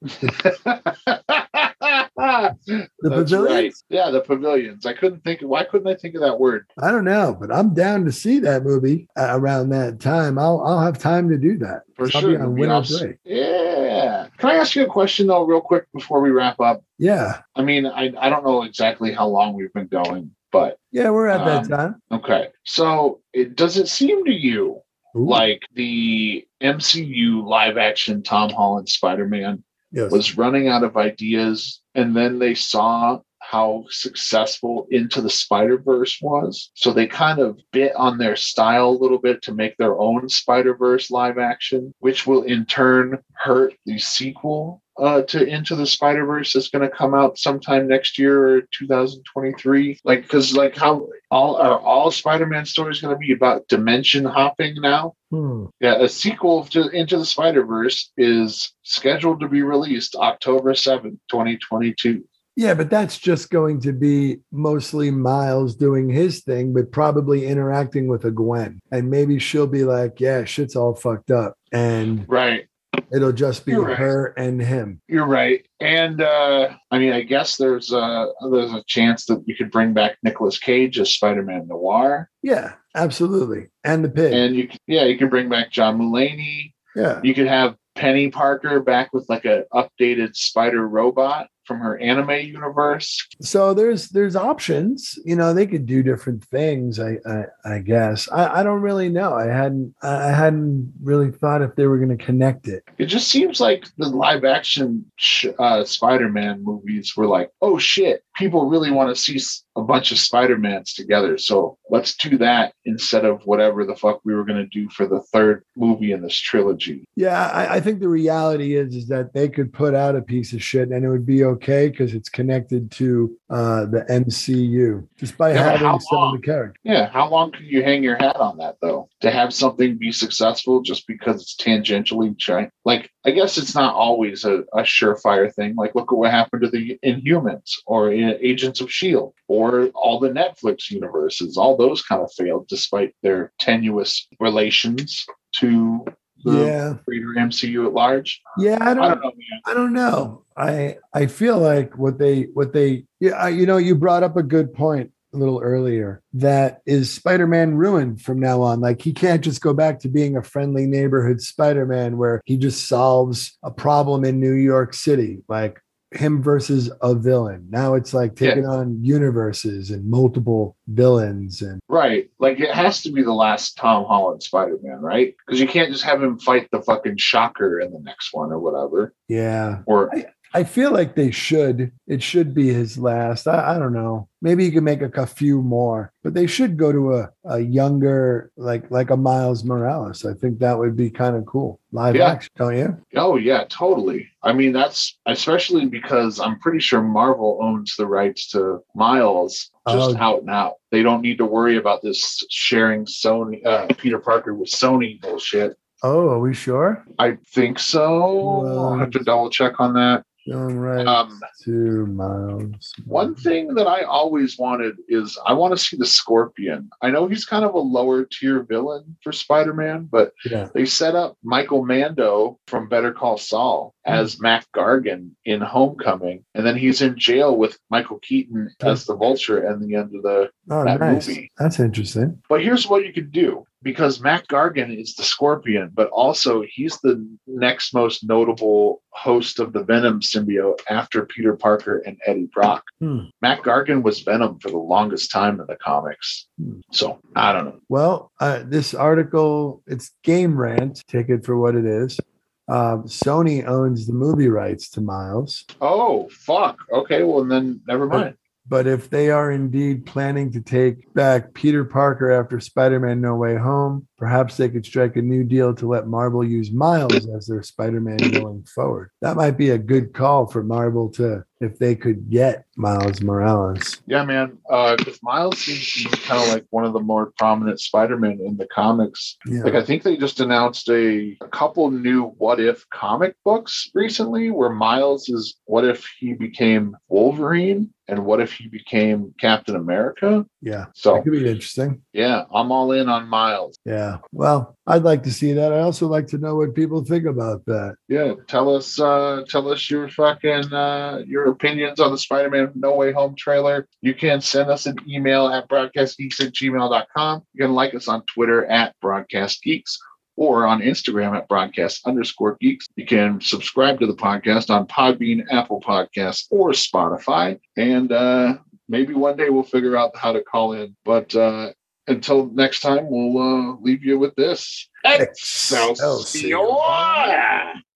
S6: The
S5: That's
S6: pavilions?
S5: right. Yeah, the pavilions. I couldn't think, why couldn't I think of that word?
S6: I don't know, but I'm down to see that movie uh, around that time. I'll I'll have time to do that.
S5: For
S6: I'll
S5: sure.
S6: be on
S5: it'd be
S6: winter
S5: awesome.
S6: break.
S5: Yeah. Can I ask you a question though, real quick before we wrap up?
S6: Yeah.
S5: I mean, I, I don't know exactly how long we've been going, but
S6: Yeah, we're at
S5: Um,
S6: that time.
S5: okay. So it does it seem to you
S6: Ooh,
S5: like the MCU live action Tom Holland Spider-Man
S6: yes.
S5: was running out of ideas and then they saw how successful Into the Spider-Verse was. So they kind of bit on their style a little bit to make their own Spider-Verse live action, which will in turn hurt the sequel uh, to Into the Spider-Verse that's going to come out sometime next year or 2023. Like cuz like how all are all Spider-Man stories going to be about dimension hopping now?
S6: Hmm.
S5: Yeah, a sequel to Into the Spider Verse is scheduled to be released October 7th, 2022.
S6: Yeah, but that's just going to be mostly Miles doing his thing, but probably interacting with a Gwen. And maybe she'll be like, yeah, shit's all fucked up. And
S5: Right.
S6: it'll just be
S5: You're right.
S6: her and him.
S5: You're right. And uh, I mean, I guess there's a, there's a chance that you could bring back Nicolas Cage as Spider Man Noir.
S6: Yeah, absolutely. And the pig.
S5: And you, c- yeah, you can bring back John Mulaney.
S6: yeah.
S5: You could have Penny Parker back with like a updated spider robot from her anime universe.
S6: So there's there's options. You know, they could do different things, I I, I guess. I, I don't really know. I hadn't I I hadn't really thought if they were gonna connect it.
S5: It just seems like the live action sh- uh, Spider Man movies were like, oh shit, people really want to see s- a bunch of Spider-Mans together. So let's do that instead of whatever the fuck we were going to do for the third movie in this trilogy.
S6: Yeah, I, I think the reality is is that they could put out a piece of shit and it would be okay because it's connected to uh, the MCU just by
S5: Yeah, but how
S6: having some of
S5: long?
S6: the characters.
S5: Yeah, how long can you hang your hat on that though? To have something be successful just because it's tangentially giant? Like, I guess it's not always a, a surefire thing. Like, look at what happened to the Inhumans or in Agents of Shield E or all the Netflix universes. All those kind of failed despite their tenuous relations to the
S6: Yeah,
S5: greater MCU at large.
S6: yeah, I don't,
S5: Um, I don't know, man.
S6: I don't know. I I feel like what they what they yeah I- you know you brought up a good point a little earlier that is Spider-Man ruined from now on. Like he can't just go back to being a friendly neighborhood Spider-Man where he just solves a problem in New York City. Like him versus a villain. Now it's like
S5: Yeah.
S6: taking on universes and multiple villains and
S5: Right. Like it has to be the last Tom Holland Spider Man, right? Because you can't just have him fight the fucking shocker in the next one or whatever.
S6: yeah.
S5: Or
S6: I feel like they should. It should be his last. I, I don't know. Maybe you can make a, a few more, but they should go to a, a younger, like like a Miles Morales. I think that would be kind of cool. Live
S5: Yeah.
S6: action, don't you?
S5: Oh yeah, totally. I mean, that's especially because I'm pretty sure Marvel owns the rights to Miles just
S6: Oh.
S5: out and out. They don't need to worry about this sharing Sony uh, Peter Parker with Sony bullshit.
S6: Oh, are we sure?
S5: I think so. I'll have to double check on that.
S6: Going right
S5: Um,
S6: to Miles.
S5: one thing that I always wanted is I want to see the Scorpion. I know he's kind of a lower tier villain for Spider-Man, but
S6: Yeah.
S5: they set up Michael Mando from Better Call Saul as Mac Gargan in Homecoming, and then he's in jail with Michael Keaton as the Vulture at the end of the.
S6: Oh,
S5: that
S6: nice.
S5: movie.
S6: That's interesting.
S5: But here's what you could do because Mac Gargan is the Scorpion, but also he's the next most notable host of the Venom symbiote after Peter Parker and Eddie Brock.
S6: Hmm.
S5: Mac Gargan was Venom for the longest time in the comics,
S6: Hmm.
S5: so I don't know.
S6: Well, uh, this article, it's Game Rant. Take it for what it is. Um, Sony owns the movie rights to Miles.
S5: Oh fuck! Okay, well then never
S6: Oh.
S5: mind.
S6: But if they are indeed planning to take back Peter Parker after Spider Man No Way Home, perhaps they could strike a new deal to let Marvel use Miles as their Spider Man going forward. That might be a good call for Marvel to, if they could get Miles Morales.
S5: Yeah, man. Because Miles seems to be kind of like one of the more prominent Spider-Man in the comics.
S6: Yeah.
S5: Like, I think they just announced a, a couple new What If comic books recently, where Miles is What If he became Wolverine and What If he became Captain America.
S6: yeah.
S5: So
S6: That could be interesting.
S5: yeah, I'm all in on Miles.
S6: Yeah. Well, I'd like to see that. I also like to know what people think about that.
S5: Yeah, tell us, uh, tell us your fucking uh, your opinions on the Spider-Man No Way Home trailer. You can send us an email at broadcastgeeks at gmail.com. You can like us on Twitter at broadcastgeeks or on Instagram at broadcast underscore geeks. You can subscribe to the podcast on Podbean, Apple Podcasts, or Spotify. And uh, maybe one day we'll figure out how to call in. But uh, until next time, we'll uh, leave you with this.
S6: Excelsior.
S5: Excelsior!